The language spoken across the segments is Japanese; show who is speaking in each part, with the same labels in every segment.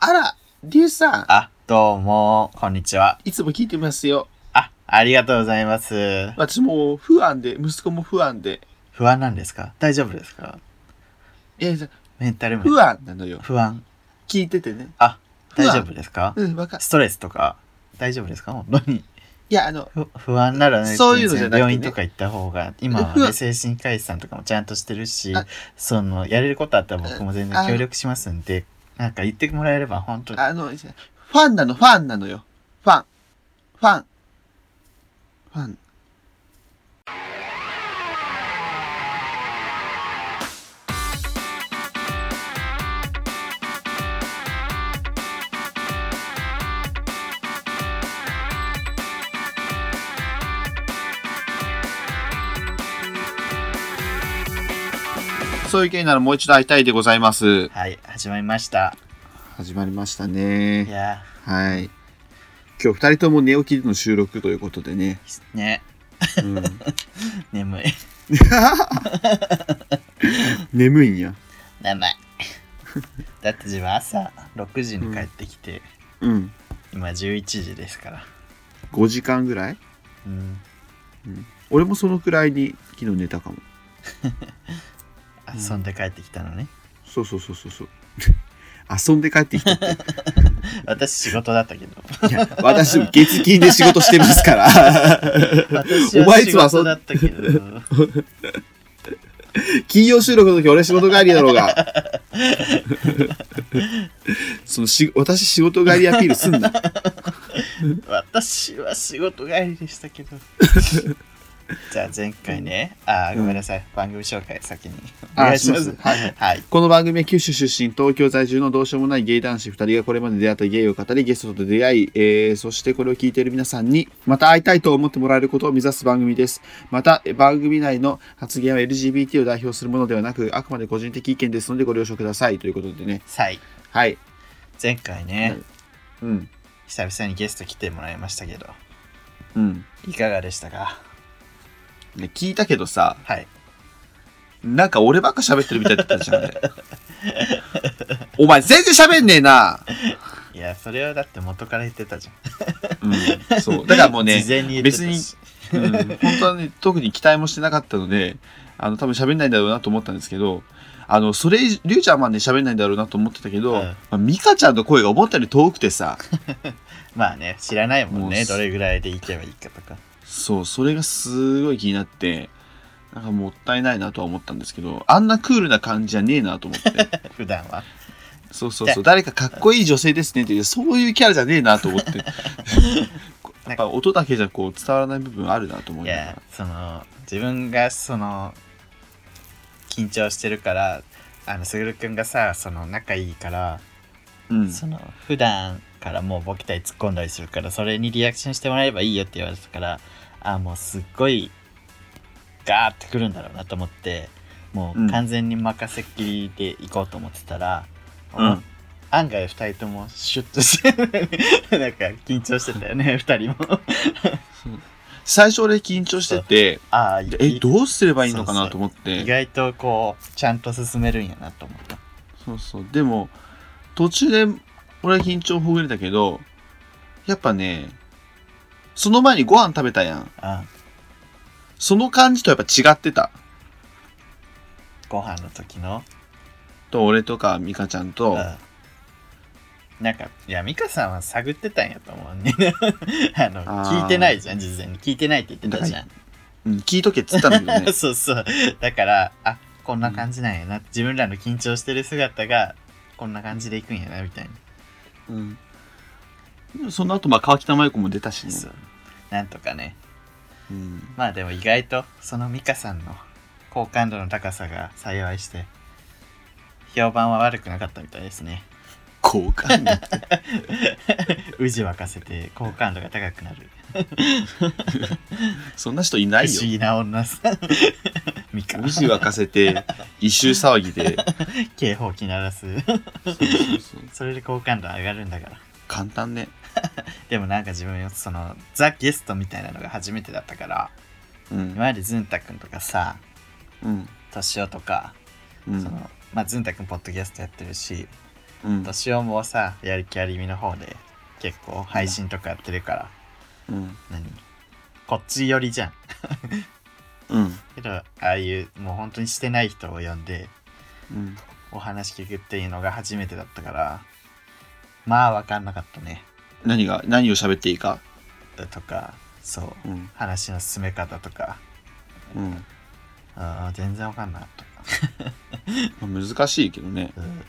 Speaker 1: あら、りゅうさん、
Speaker 2: あ、どうも、こんにちは。
Speaker 1: いつも聞いてますよ。
Speaker 2: あ、ありがとうございます。
Speaker 1: 私もう不安で、息子も不安で。
Speaker 2: 不安なんですか大丈夫ですか
Speaker 1: いや
Speaker 2: メンタル面。
Speaker 1: 不安なのよ。
Speaker 2: 不安。
Speaker 1: 聞いててね。
Speaker 2: あ、
Speaker 1: 不
Speaker 2: 大
Speaker 1: 安
Speaker 2: 丈夫ですか
Speaker 1: うん、わか
Speaker 2: ストレスとか、大丈夫ですか本当に。
Speaker 1: いや、あの、
Speaker 2: ふ不安ならね、
Speaker 1: そういうのじゃなくてね
Speaker 2: 病院とか行った方が、今は
Speaker 1: 不
Speaker 2: ね、
Speaker 1: 安
Speaker 2: 精神科医さんとかもちゃんとしてるし
Speaker 1: あ、
Speaker 2: その、やれることあったら僕も全
Speaker 1: あ
Speaker 2: 然協力しますんで、なんか言ってもらえれば本当に。
Speaker 1: あの、ファンなの、ファンなのよ。ファン。ファン。ファン。そういう件ならもう一度会いたいでございます。
Speaker 2: はい、始まりました。
Speaker 1: 始まりました
Speaker 2: い
Speaker 1: ね。
Speaker 2: や
Speaker 1: はい。今日二人とも寝起きでの収録ということでね。
Speaker 2: ー、ね、
Speaker 1: うん、
Speaker 2: 眠い。
Speaker 1: 眠いんや。
Speaker 2: 眠い。だって自分朝6時に帰ってきて、
Speaker 1: うん。
Speaker 2: 今11時ですから。
Speaker 1: 5時間ぐらい
Speaker 2: うん。
Speaker 1: 俺もそのくらいに昨日寝たかも。うん
Speaker 2: 遊んで帰ってきたのね。
Speaker 1: そうそうそうそうそう。 遊んで帰ってきたって。
Speaker 2: 私仕事だったけど。
Speaker 1: いや、私、月金で仕事してます から。
Speaker 2: 私
Speaker 1: お
Speaker 2: は
Speaker 1: 前い
Speaker 2: 仕
Speaker 1: つも遊ん
Speaker 2: 事だったけど。
Speaker 1: 金曜収録の時俺仕事帰りだろう が。そのし私仕事帰りアピールすんな。
Speaker 2: 私は仕事帰りでしたけど。じゃあ前回ね、あーごめんなさい、番組紹介先に。お願いします。
Speaker 1: あしますはい
Speaker 2: はい。
Speaker 1: この番組は九州出身、東京在住のどうしようもないゲイ男子2人がこれまで出会ったゲイを語り、ゲストと出会い、えーそしてこれを聞いている皆さんに、また会いたいと思ってもらえることを目指す番組です。また、え番組内の発言は LGBT を代表するものではなく、あくまで個人的意見ですのでご了承くださいということでね。
Speaker 2: はい。
Speaker 1: はい。
Speaker 2: 前回ね、
Speaker 1: うん。
Speaker 2: 久々にゲスト来てもらいましたけど、
Speaker 1: うん。
Speaker 2: いかがでしたか
Speaker 1: ね聞いたけどさ、
Speaker 2: はい。
Speaker 1: なんか俺ばっか喋ってるみたいだったじゃん。あ れお前全然喋んねえな。
Speaker 2: いや、それはだって元から言ってたじゃん。
Speaker 1: うん。そう。だからもうね
Speaker 2: 事、前に言ってたし
Speaker 1: 別うん本当はね特に期待もしてなかったのであの多分喋んないんだろうなと思ったんですけどあのそれりゅうちゃんはね喋んないんだろうなと思ってたけど、
Speaker 2: うん
Speaker 1: まあ、美香ちゃんの声が思ったより遠くてさ
Speaker 2: まあね、知らないもん
Speaker 1: も
Speaker 2: ね、
Speaker 1: う
Speaker 2: どれぐらいで行けばいいかとか。
Speaker 1: そうそれがすごい気になってなんかもったいないなとは思ったんですけどあんなクールな感じじゃねえなと思って
Speaker 2: 普段は。
Speaker 1: そうそうそう誰かかっこいい女性ですねっていうそういうキャラじゃねえなと思って やっぱ音だけじゃこう伝わらない部分あるなと思い
Speaker 2: い
Speaker 1: ながら
Speaker 2: や、その、自分がその、緊張してるから、あの、すぐるくんがさ、その、仲いいから、
Speaker 1: うん
Speaker 2: その普段からもうボケたり突っ込んだりするからそれにリアクションしてもらえればいいよって言われたからあもうすっごいガーってくるんだろうなと思っても
Speaker 1: う
Speaker 2: うん完全に任せっきりで行こうと思ってたら、
Speaker 1: うん
Speaker 2: 案外2人ともシュッとして なんか緊張してたよね2人も
Speaker 1: 最初俺緊張してて
Speaker 2: ああ
Speaker 1: えどうすればいいのかなと思って
Speaker 2: 意外とこうちゃんと進めるんやなと思った
Speaker 1: そうそうでも途中で俺は緊張ほぐれたけどやっぱねその前にご飯食べたやん
Speaker 2: あ
Speaker 1: その感じとやっぱ違ってた
Speaker 2: ご飯の時の
Speaker 1: と俺とか美香ちゃんと
Speaker 2: うんなんかいや美香さんは探ってたんやと思うね あの
Speaker 1: あー
Speaker 2: 聞いてないじゃん事前に聞いてないって言ってたじゃん、
Speaker 1: うん聞いとけっつったんだけど ね
Speaker 2: そうそうだからあこんな感じなんやな、自分らの緊張してる姿がこんな感じでいくんやなみたいな、
Speaker 1: うんでもその後まあ川北麻由子も出たしね
Speaker 2: そうなんとかね
Speaker 1: うん
Speaker 2: まあでも意外とその美香さんの好感度の高さが幸いして評判は悪くなかったみたいですね
Speaker 1: 好感度
Speaker 2: 宇治沸かせて好感度が高くなる
Speaker 1: そんな人いない
Speaker 2: 不
Speaker 1: よ
Speaker 2: 思議な女さ ん美香
Speaker 1: 無視沸かせ て異臭騒ぎで
Speaker 2: 警報機鳴らす
Speaker 1: そうそうそう
Speaker 2: それで好感度上がるんだから
Speaker 1: 簡単ね
Speaker 2: でもなんか自分そのザ・ゲストみたいなのが初めてだったから
Speaker 1: うん
Speaker 2: 今までズンタ君とかさ
Speaker 1: うん
Speaker 2: トシオとか、
Speaker 1: うん
Speaker 2: そのまあズンタ君ポッドキャストやってるし
Speaker 1: うん
Speaker 2: 年をもさやる気ありみの方で結構配信とかやってるから、
Speaker 1: うん
Speaker 2: 何こっち寄りじゃん
Speaker 1: うん
Speaker 2: けどああいうもう本当にしてない人を呼んで
Speaker 1: うん
Speaker 2: お話聞くっていうのが初めてだったからまあ分かんなかったね
Speaker 1: 何が何を喋っていいか
Speaker 2: とかそう
Speaker 1: うん
Speaker 2: 話の進め方とか
Speaker 1: うん
Speaker 2: あー全然分かんなかっ
Speaker 1: まあ難しいけどね
Speaker 2: た、うん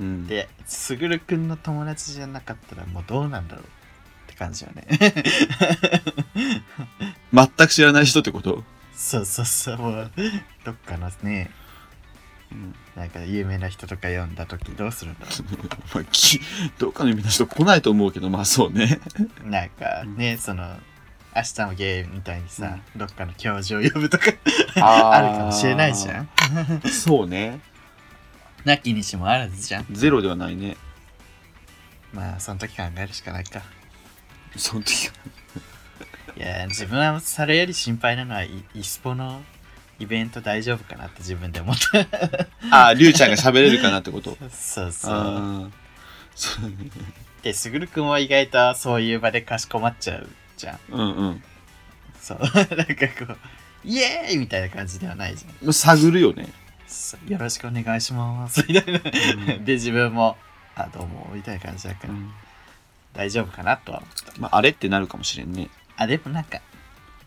Speaker 1: うん
Speaker 2: ですぐるくんの友達じゃなかったらもうどうなんだろうって感じよね
Speaker 1: 全く知らない人ってこと
Speaker 2: そうそうそうもうどっかのね
Speaker 1: うん
Speaker 2: なんか有名な人とか読んだ時どうするんだろ
Speaker 1: まあきどっかの意味の人来ないと思うけどまあそうね
Speaker 2: うなんかねその明日もゲームみたいにさ、どっかの教授を呼ぶとかあるかもしれないじゃん
Speaker 1: んそうね
Speaker 2: なきにしもあらずじゃん
Speaker 1: ゼロではないね
Speaker 2: まあその時考えるしかないか
Speaker 1: その時
Speaker 2: いや自分はそれより心配なのはイイスポのイベント大丈夫かなって自分で思った
Speaker 1: あありゅうちゃんが喋れるかなってこと
Speaker 2: そうそう
Speaker 1: ああそうだね
Speaker 2: でスグル君は意外とそういう場でかしこまっちゃうじゃん
Speaker 1: うんうん
Speaker 2: そう なんかこうイエーイみたいな感じではないじゃん
Speaker 1: まあ探るよね
Speaker 2: そうよろしくお願いします みたいな、
Speaker 1: ん
Speaker 2: で自分も「あどうも」みたいな感じだから、大丈夫かなとは思った
Speaker 1: まああれってなるかもしれんね
Speaker 2: あでもなんか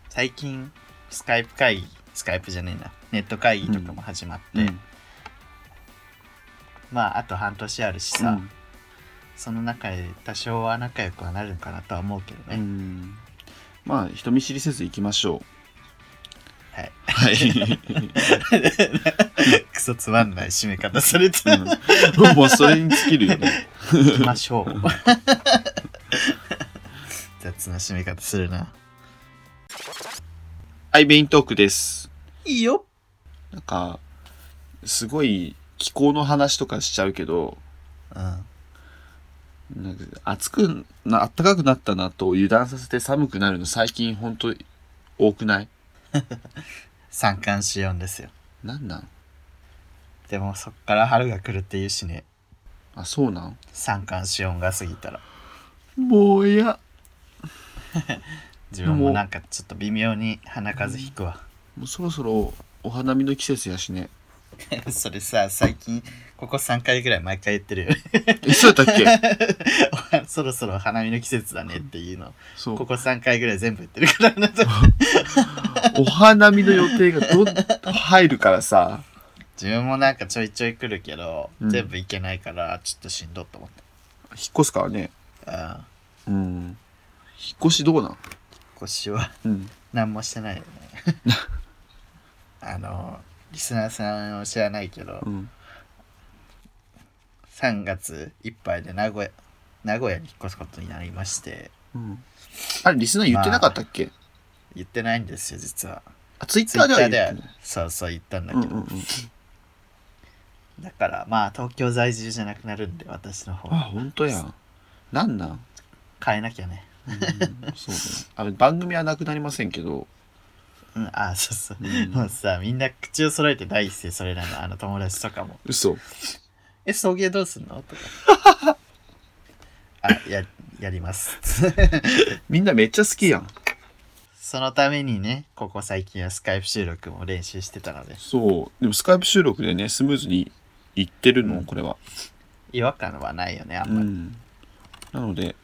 Speaker 2: 最近スカイプ会議スカイプじゃねえなネット会議とかも始まって、
Speaker 1: うん
Speaker 2: まああと半年あるしさ、
Speaker 1: うん
Speaker 2: その中で多少は仲良くはなるのかなとは思うけどね、
Speaker 1: うんまあ人見知りせず行きましょ
Speaker 2: はいう
Speaker 1: はい、
Speaker 2: クソつまんない締め方されてた
Speaker 1: うん、もうそれに尽きるよね
Speaker 2: 行きましょう 雑な締め方するな
Speaker 1: はいメイントークです
Speaker 2: いいよ
Speaker 1: なんかすごい気候の話とかしちゃうけど
Speaker 2: うん
Speaker 1: なんか暑くな暖かくなったなと油断させて寒くなるの最近ほんと多くない
Speaker 2: 三寒四温ですよ
Speaker 1: なんなん
Speaker 2: でもそっから春が来るっていうしね
Speaker 1: あそうなん
Speaker 2: 三寒四温が過ぎたら
Speaker 1: もうや
Speaker 2: 自分もなんかちょっと微妙に鼻風邪ひくわ、
Speaker 1: もうそろそろお花見の季節やしね
Speaker 2: それさ最近ここ3回ぐらい毎回言ってるよね
Speaker 1: えそうやったっけ
Speaker 2: そろそろ花見の季節だねっていうの
Speaker 1: そ
Speaker 2: こ
Speaker 1: う
Speaker 2: こ3回ぐらい全部言ってるからな
Speaker 1: お花見の予定がどん入るからさ
Speaker 2: 自分もなんかちょいちょい来るけど、
Speaker 1: うん
Speaker 2: 全部行けないからちょっとしんどっと思っ
Speaker 1: 引っ越すからね
Speaker 2: たああ
Speaker 1: うん引っ越しどうなん
Speaker 2: 腰は
Speaker 1: うん
Speaker 2: 何もしてな いよねあのリスナーさんを知らないけど
Speaker 1: うん
Speaker 2: 3月いっぱいで名古屋名古屋に引っ越すことになりまして
Speaker 1: うんあれリスナー言ってなかったっけ、
Speaker 2: 言ってないんですよ実は
Speaker 1: あ、ツイッ
Speaker 2: ツ
Speaker 1: タ
Speaker 2: イ
Speaker 1: ー
Speaker 2: ッ
Speaker 1: で
Speaker 2: タ
Speaker 1: は
Speaker 2: ー
Speaker 1: 言っ
Speaker 2: では
Speaker 1: てない
Speaker 2: そうそう言ったんだ
Speaker 1: うん
Speaker 2: け
Speaker 1: う
Speaker 2: ど、
Speaker 1: んうん
Speaker 2: だからまあ東京在住じゃなくなるんで私の方
Speaker 1: あ本当やんなんなん
Speaker 2: 変えなきゃね
Speaker 1: うんそうね。 あの番組はなくなりませんけど、
Speaker 2: うんあそうそう、
Speaker 1: うん
Speaker 2: もうさみんな口を揃えて第一声それなのあの友達とかも
Speaker 1: 嘘。
Speaker 2: 「え送迎どうすんの?」とか 「あややります」
Speaker 1: みんなめっちゃ好きやん。
Speaker 2: そのためにねここ最近はスカイプ収録も練習してたので
Speaker 1: そう。でもスカイプ収録でね、スムーズにいってるの、これは。
Speaker 2: 違和感はないよねあん
Speaker 1: う
Speaker 2: まり、
Speaker 1: ん。なので、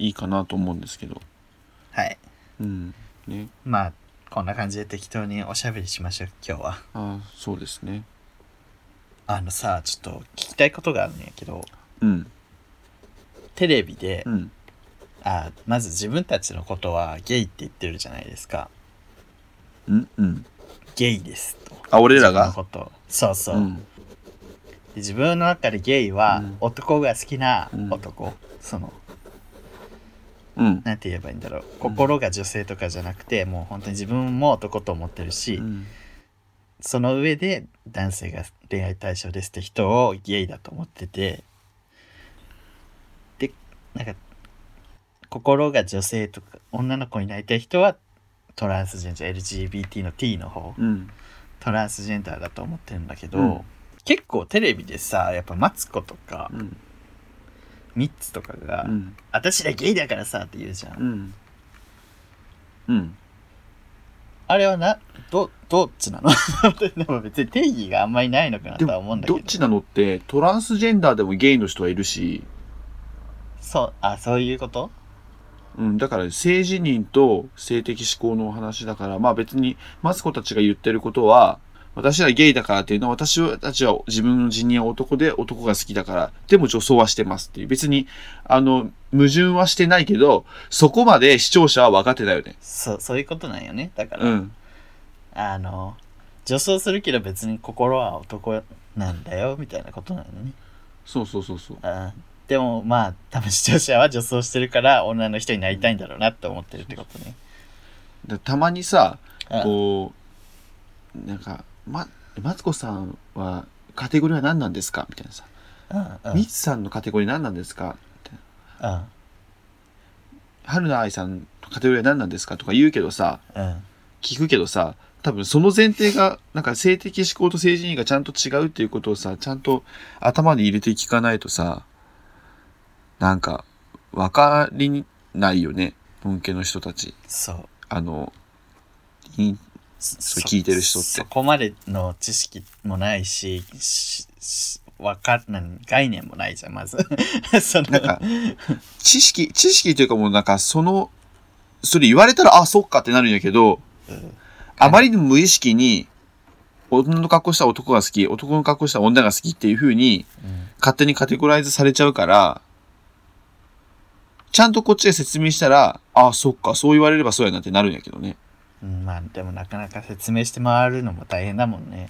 Speaker 1: いいかなと思うんですけど。
Speaker 2: はい
Speaker 1: うん。ね。
Speaker 2: まあこんな感じで適当におしゃべりしましょう今日は
Speaker 1: ああ、そうですね。
Speaker 2: あのさちょっと聞きたいことがあるんやけど
Speaker 1: うん。
Speaker 2: テレビで、
Speaker 1: うん。
Speaker 2: あまず自分たちのことはゲイって言ってるじゃないですか
Speaker 1: うん。うん。
Speaker 2: ゲイですと
Speaker 1: あ、俺ら
Speaker 2: 自
Speaker 1: が
Speaker 2: 分のことそうそう、
Speaker 1: うん。
Speaker 2: で自分の中でゲイは
Speaker 1: うん
Speaker 2: 男が好きな
Speaker 1: うん
Speaker 2: 男、その
Speaker 1: うん。
Speaker 2: なんて言えばいいんだろう心が女性とかじゃなくて、もう本当に自分も男と思ってるし、
Speaker 1: うん
Speaker 2: その上で男性が恋愛対象ですって人をゲイだと思っててでなんか心が女性とか女の子になりたい人はトランスジェンダー LGBT の T の方
Speaker 1: うん。
Speaker 2: トランスジェンダーだと思ってるんだけど、
Speaker 1: うん
Speaker 2: 結構テレビでさ、やっぱマツコとか、
Speaker 1: うん
Speaker 2: ミッツとかが、
Speaker 1: うん
Speaker 2: 私らゲイだからさって言うじゃん。
Speaker 1: うんうん
Speaker 2: あれはな、ど、どっちなの でも別に定義があんまりないのかな
Speaker 1: で
Speaker 2: とは思う
Speaker 1: も
Speaker 2: んだけ
Speaker 1: ど
Speaker 2: ど。
Speaker 1: っちなのってトランスジェンダーでもゲイの人はいるし、
Speaker 2: そう、あ、そういうこと
Speaker 1: うん、だから性自認と性的指向のお話だからまあ別にマツコたちが言ってることは私はゲイだからっていうのは私たちは自分の自認は男で男が好きだからでも女装はしてますっていう別にあの矛盾はしてないけどそこまで視聴者は分かってたよね。
Speaker 2: そう、そういうことなんよね。だから、
Speaker 1: うん
Speaker 2: あの、女装するけど別に心は男なんだよ、みたいなことなのね。
Speaker 1: そうそうそうそう。
Speaker 2: あでもまあ、多分視聴者は女装してるから女の人になりたいんだろうなって思ってるってことね。
Speaker 1: だたまにさ
Speaker 2: うん
Speaker 1: こうなんか、ま「マツコさんはカテゴリーは何なんですか?」みたいなさ
Speaker 2: うん
Speaker 1: 「ミツさんのカテゴリー何なんですか?」
Speaker 2: うん
Speaker 1: 「春菜愛さんのカテゴリーは何なんですか?」とか言うけどさ
Speaker 2: うん
Speaker 1: 聞くけどさ多分その前提がなんか性的思考と性自認がちゃんと違うっていうことをさちゃんと頭に入れて聞かないとさなんか分かりないよね文系の人たち。
Speaker 2: そう。
Speaker 1: あのイン
Speaker 2: そ
Speaker 1: 聞いてる人って
Speaker 2: そこまでの知識もないし、ししわかんない概念もないじゃん、まず。 その
Speaker 1: なんか、知識、知識というかもうなんか、その、それ言われたら、あ、そっかってなるんやけど、
Speaker 2: うん
Speaker 1: あまりにも無意識に、女の格好した男が好き、男の格好した女が好きっていう風に、
Speaker 2: うん
Speaker 1: 勝手にカテゴライズされちゃうから、ちゃんとこっちで説明したら、あ、そっか、そう言われればそうやなってなるんやけどね。
Speaker 2: うんまあ、でもなかなか説明して回るのも大変だもんね。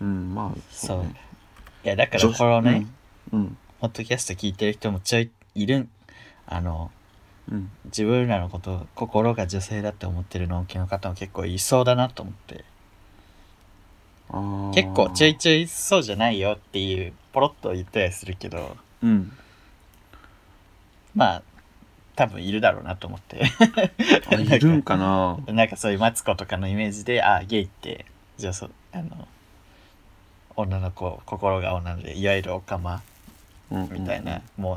Speaker 1: うん、まあ、
Speaker 2: そう。
Speaker 1: ね
Speaker 2: いや、だからこれをね、、
Speaker 1: うん、うん、
Speaker 2: ポッドキャスト聞いてる人もちょいいるん、あの、
Speaker 1: うん。
Speaker 2: 自分らのこと、心が女性だって思ってるのんけの方も結構いそうだなと思って。
Speaker 1: あー
Speaker 2: 結構ちょいちょいそうじゃないよっていう、ポロッと言ったりするけど、
Speaker 1: うん。
Speaker 2: まあ、多分いるだろうなと思って。
Speaker 1: あいるんかな
Speaker 2: なんかそういうマツコとかのイメージで、あ、ゲイって、じゃあそう、あの、女の子、心が女で、いわゆるオカマ みたいな、。もう、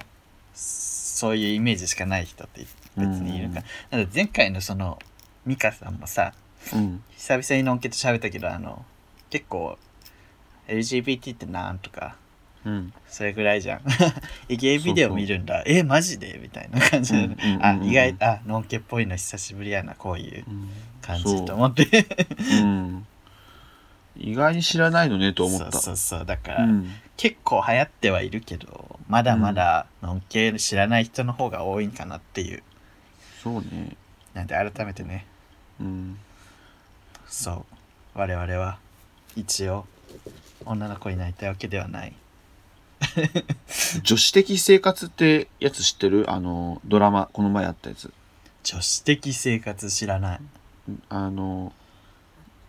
Speaker 2: そういうイメージしかない人って別にいるから。なんか前回のその、ミカさんもさ、
Speaker 1: うん、うん。
Speaker 2: 久々にのんけと喋ったけど、あの、結構、LGBT ってなんとか、
Speaker 1: うん。
Speaker 2: それぐらいじゃん。 えゲイビデオ見るんだ。え、マジでみたいな感じで。
Speaker 1: うんうんうん
Speaker 2: あ、意外、あ、のんけっぽいの久しぶりやな、こういう
Speaker 1: うん
Speaker 2: 感
Speaker 1: そう
Speaker 2: じと思って。
Speaker 1: うん意外に知らないのねと思った。
Speaker 2: そうそうそうだか
Speaker 1: う
Speaker 2: ら、
Speaker 1: ん
Speaker 2: 結構流行ってはいるけどまだまだのんけ知らない人の方が多いんかなっていう
Speaker 1: そうね。
Speaker 2: なんで改めてね
Speaker 1: うん。
Speaker 2: そう我々は一応女の子になりたいわけではない
Speaker 1: 女子的生活ってやつ知ってるあの、ドラマ、この前あったやつ。
Speaker 2: 女子的生活知らない
Speaker 1: あの、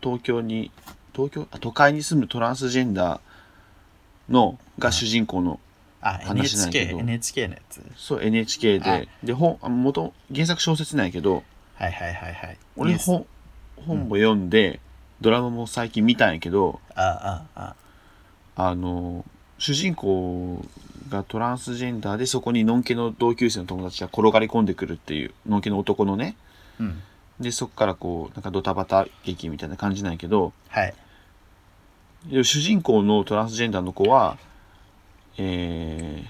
Speaker 1: 東京に、東京、あ都会に住むトランスジェンダーの、が主人公の、
Speaker 2: あ
Speaker 1: 話しないけ
Speaker 2: NHK
Speaker 1: ど
Speaker 2: NHK のやつ
Speaker 1: そう、NHK で、で、本、あ元、原作小説なんやけど、
Speaker 2: はいはいはいはい
Speaker 1: 俺
Speaker 2: ニュース
Speaker 1: 本、本も読んで、ドラマも最近見たんやけど、
Speaker 2: あああ
Speaker 1: あの主人公がトランスジェンダーでそこにのんけの同級生の友達が転がり込んでくるっていうのんけの男のね
Speaker 2: うん
Speaker 1: でそこからこうなんかドタバタ劇みたいな感じなんやけど
Speaker 2: はい
Speaker 1: で主人公のトランスジェンダーの子はえ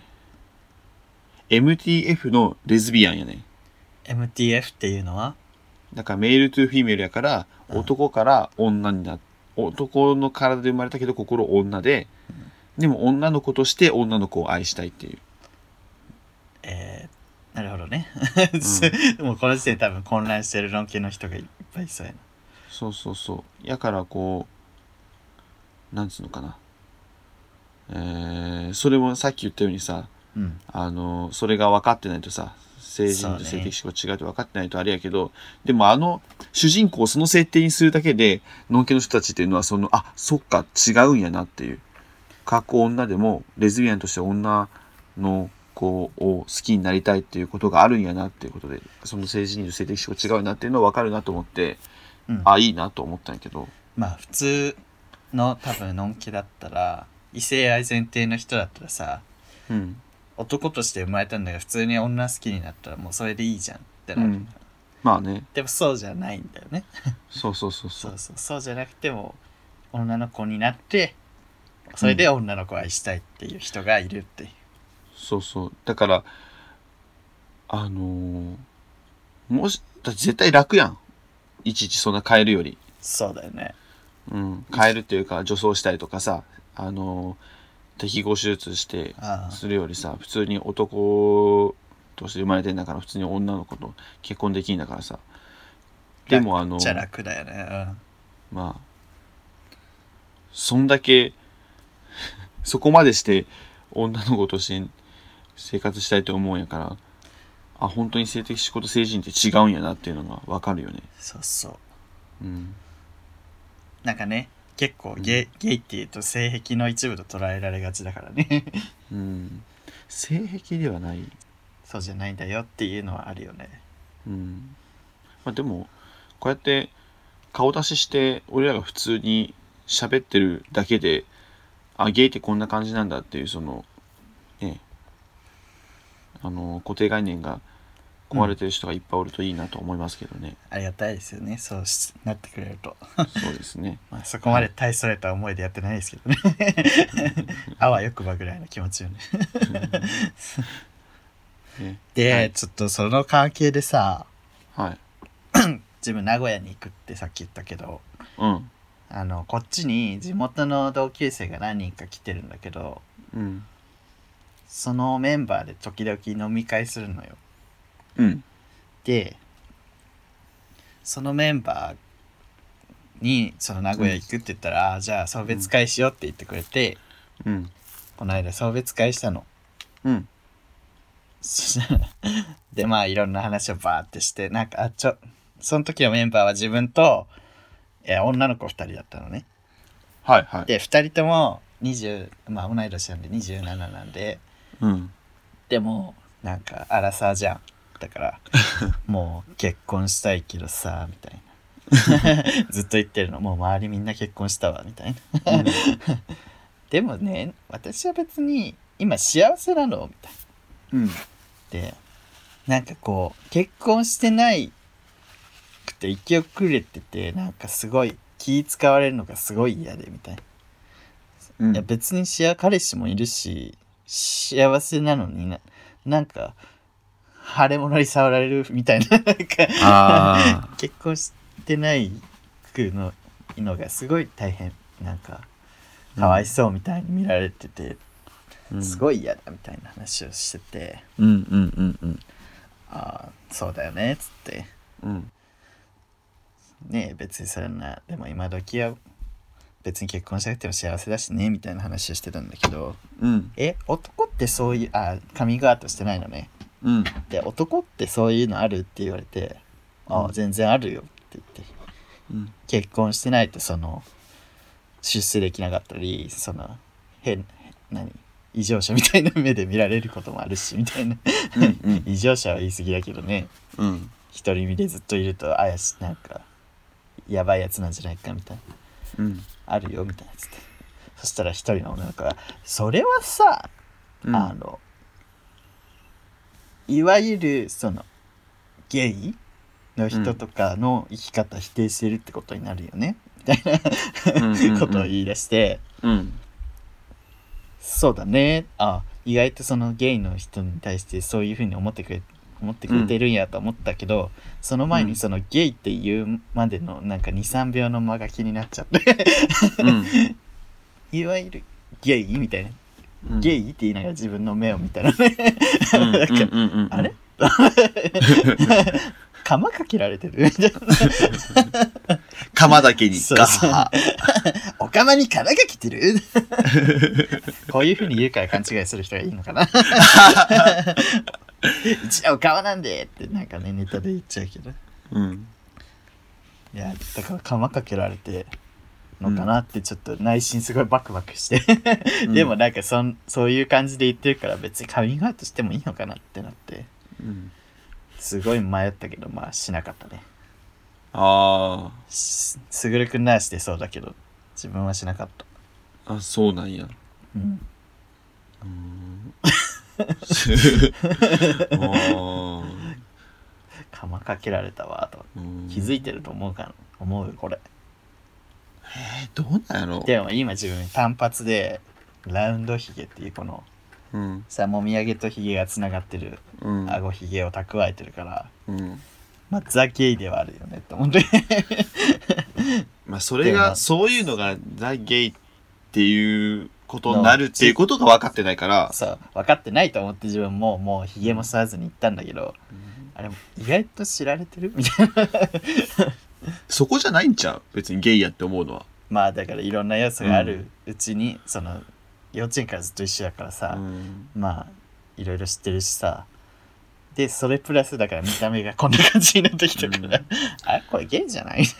Speaker 1: ー、MTF のレズビアンやね
Speaker 2: MTF っていうのは
Speaker 1: だからメールトゥフィメールやから
Speaker 2: うん
Speaker 1: 男から女にな男の体で生まれたけど心女ででも女の子として女の子を愛したいっていう
Speaker 2: えー、なるほど ね、もうこの時点で多分混乱してるのんけの人がいっぱいいそうやな
Speaker 1: そうそうそうやからこうなんつうのかなえー、それもさっき言ったようにさ
Speaker 2: うん
Speaker 1: あのそれが分かってないとさ成人と
Speaker 2: そう
Speaker 1: 性
Speaker 2: ね
Speaker 1: 的指向が違うって分かってないとあれやけど、でもあの主人公をその設定にするだけでのんけの人たちっていうのはそのあそっか違うんやなっていう過去女でもレズビアンとして女の子を好きになりたいっていうことがあるんやなっていうことでその成人と性的指向が違うなっていうのは分かるなと思って
Speaker 2: うん、
Speaker 1: あいいなと思ったんやけど。
Speaker 2: まあ普通の多分のんきだったら異性愛前提の人だったらさ
Speaker 1: うん。
Speaker 2: 男として生まれたんだから普通に女好きになったらもうそれでいいじゃんってなる、
Speaker 1: うんまあね。
Speaker 2: でもそうじゃないんだよね
Speaker 1: そうそうそうそ
Speaker 2: そうう。そうそうじゃなくても女の子になってそれで女の子を愛したいっていう人がいるっていう、
Speaker 1: そうそう。だから、あのーもし、だって絶対楽やん。いちいちそんな変えるより。
Speaker 2: そうだよね
Speaker 1: うん。変えるっていうか、女装したりとかさ、あのー適合手術して、
Speaker 2: あ
Speaker 1: するよりさ、普通に男として生まれてんだから、普通に女の子と結婚できんだからさ。でも、あの
Speaker 2: あ
Speaker 1: ー
Speaker 2: じゃ楽だよねうん
Speaker 1: まあそんだけ そこまでして女の子として生活したいと思うんやからあ本当に性的仕事成人って違うんやなっていうのが分かるよね
Speaker 2: そうそう
Speaker 1: うん
Speaker 2: なんかね結構ゲ,、ゲイっていうと性癖の一部と捉えられがちだからね
Speaker 1: うん性癖ではない
Speaker 2: そうじゃないんだよっていうのはあるよね
Speaker 1: うんまあでもこうやって顔出しして俺らが普通に喋ってるだけであゲイってこんな感じなんだっていうそのねあの固定概念が壊れてる人がいっぱいおるといいなと思いますけど ね、
Speaker 2: ありがたいですよねそうしなってくれると、
Speaker 1: そうですね
Speaker 2: まあ、そこまで大それた思いでやってないですけどねあわよくばぐらいの気持ちよね
Speaker 1: ね
Speaker 2: で、
Speaker 1: はい
Speaker 2: ちょっとその関係でさ
Speaker 1: はい
Speaker 2: 自分名古屋に行くってさっき言ったけど
Speaker 1: うん
Speaker 2: あのこっちに地元の同級生が何人か来てるんだけど
Speaker 1: うん
Speaker 2: そのメンバーで時々飲み会するのよ
Speaker 1: うん
Speaker 2: でそのメンバーにその名古屋行くって言ったら、あーじゃあ送別会しようって言ってくれて、
Speaker 1: うん
Speaker 2: この間送別会したの
Speaker 1: うん
Speaker 2: そしたら でまあいろんな話をバーってしてなんかあちょその時のメンバーは自分と、えー女の子2人だったのね
Speaker 1: はいはい
Speaker 2: で2人とも20まあ同い年なんで27なんで
Speaker 1: うん
Speaker 2: でもなんかアラサーじゃんだからもう結婚したいけどさみたいなずっと言ってるのもう周りみんな結婚したわみたいな
Speaker 1: うん
Speaker 2: でもね私は別に今幸せなのみたい
Speaker 1: うん
Speaker 2: なでなんかこう結婚してないくて生き遅れててなんかすごい気使われるのがすごい嫌でみたいな
Speaker 1: うん
Speaker 2: いや別にしあ彼氏もいるし幸せなのにななんか腫れ物に触られるみたいななんか
Speaker 1: あ
Speaker 2: 結婚してないくののがすごい大変なんかかわいそうみたいに見られてて、
Speaker 1: あ
Speaker 2: す
Speaker 1: い
Speaker 2: ごい嫌だみたいな話をしてて
Speaker 1: うんうんうんうん
Speaker 2: ああそうだよねっつって
Speaker 1: うん
Speaker 2: ねえ別にそんなでも今時は別に結婚しなくても幸せだしねみたいな話をしてたんだけど
Speaker 1: うん
Speaker 2: え男ってそういうあカミングアウトしてないのね
Speaker 1: うん
Speaker 2: で男ってそういうのあるって言われて「あ
Speaker 1: うん
Speaker 2: 全然あるよ」って言って
Speaker 1: うん
Speaker 2: 結婚してないとその出世できなかったりその変何異常者みたいな目で見られることもあるしみたいな
Speaker 1: うん
Speaker 2: 異常者は言い過ぎだけどね
Speaker 1: うん独
Speaker 2: 独り身でずっといると怪しなんかやばいやつなんじゃないかみたいな
Speaker 1: うん
Speaker 2: あるよみたいなやつってそしたら一人の女の子が「それはさ
Speaker 1: うん
Speaker 2: あのいわゆるそのゲイの人とかの生き方否定してるってことになるよね、
Speaker 1: うんうんうん
Speaker 2: ことを言い出して、
Speaker 1: うん
Speaker 2: そうだねあ意外とそのゲイの人に対してそういうふうに思ってくれ思ってくれてるんやと思ったけど、その前
Speaker 1: うん
Speaker 2: にそのゲイっていうまでのなんか23秒の間が気になっちゃって
Speaker 1: うん
Speaker 2: いわゆるゲイみたいな、
Speaker 1: うん
Speaker 2: ゲイって言いながら自分の目を見たらね
Speaker 1: うんうん
Speaker 2: なんか
Speaker 1: うんうんうん
Speaker 2: あれ釜かけられてるみ たいな。
Speaker 1: 釜だけに
Speaker 2: そう
Speaker 1: ガ
Speaker 2: そう
Speaker 1: ハ
Speaker 2: おかまに殻が来てる こういうふうに言うから勘違いする人がいいのかな うちはおかまなんでってなんかねネタで言っちゃうけどい
Speaker 1: うん
Speaker 2: やだから釜かけられてのかなってちょっと内心すごいバクバクして でもなんかそんそういう感じで言ってるから別にカミングアウトしてもいいのかなってなって
Speaker 1: うん
Speaker 2: すごい迷ったけどまあしなかったね
Speaker 1: ああ
Speaker 2: すぐるくんならしてそうだけど自分はしなかった。
Speaker 1: あ、そうなんや。
Speaker 2: うん。
Speaker 1: うー んあー
Speaker 2: 釜かけられたわ、と。
Speaker 1: うん
Speaker 2: 気づいてると思うかな。思うこれ。
Speaker 1: えどうなんやろ
Speaker 2: でも今自分単発で、ラウンドヒゲっていうこの、
Speaker 1: うん
Speaker 2: さ、もみあげとヒゲがつながってる、
Speaker 1: うん
Speaker 2: 顎ヒゲを蓄えてるから、
Speaker 1: うん
Speaker 2: まあ、ザ・ゲイではあるよねって思って。
Speaker 1: まあそれ
Speaker 2: で
Speaker 1: が
Speaker 2: も
Speaker 1: そういうのがザ・ゲイっていうことになるっていうことが分かってないから
Speaker 2: そう、分かってないと思って自分も、もうヒゲも吸わずに行ったんだけど、あれ、意外と知られてるみたいな。
Speaker 1: そこじゃないんちゃう別にゲイやって思うのは、
Speaker 2: まあだからいろんな要素があるうちに、その幼稚園からずっと一緒だからさ、まあいろいろ知ってるしさでそれプラスだから見た目がこんな感じになってきたから、
Speaker 1: う
Speaker 2: あれこれゲイじゃない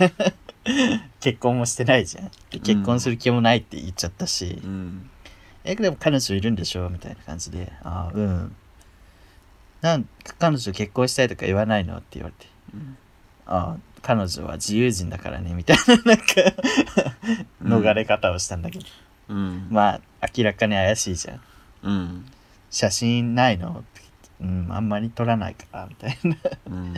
Speaker 2: 結婚もしてないじゃんで結婚する気もないって言っちゃったし、
Speaker 1: うん
Speaker 2: えでも彼女いるんでしょみたいな感じでああうんなんか彼女結婚したいとか言わないのって言われて
Speaker 1: うん
Speaker 2: ああ彼女は自由人だからねみたいななんか逃れ方をしたんだけど、
Speaker 1: うん
Speaker 2: まあ明らかに怪しいじゃん
Speaker 1: うん
Speaker 2: 写真ないのってうんあんまり撮らないからみたいな
Speaker 1: う ん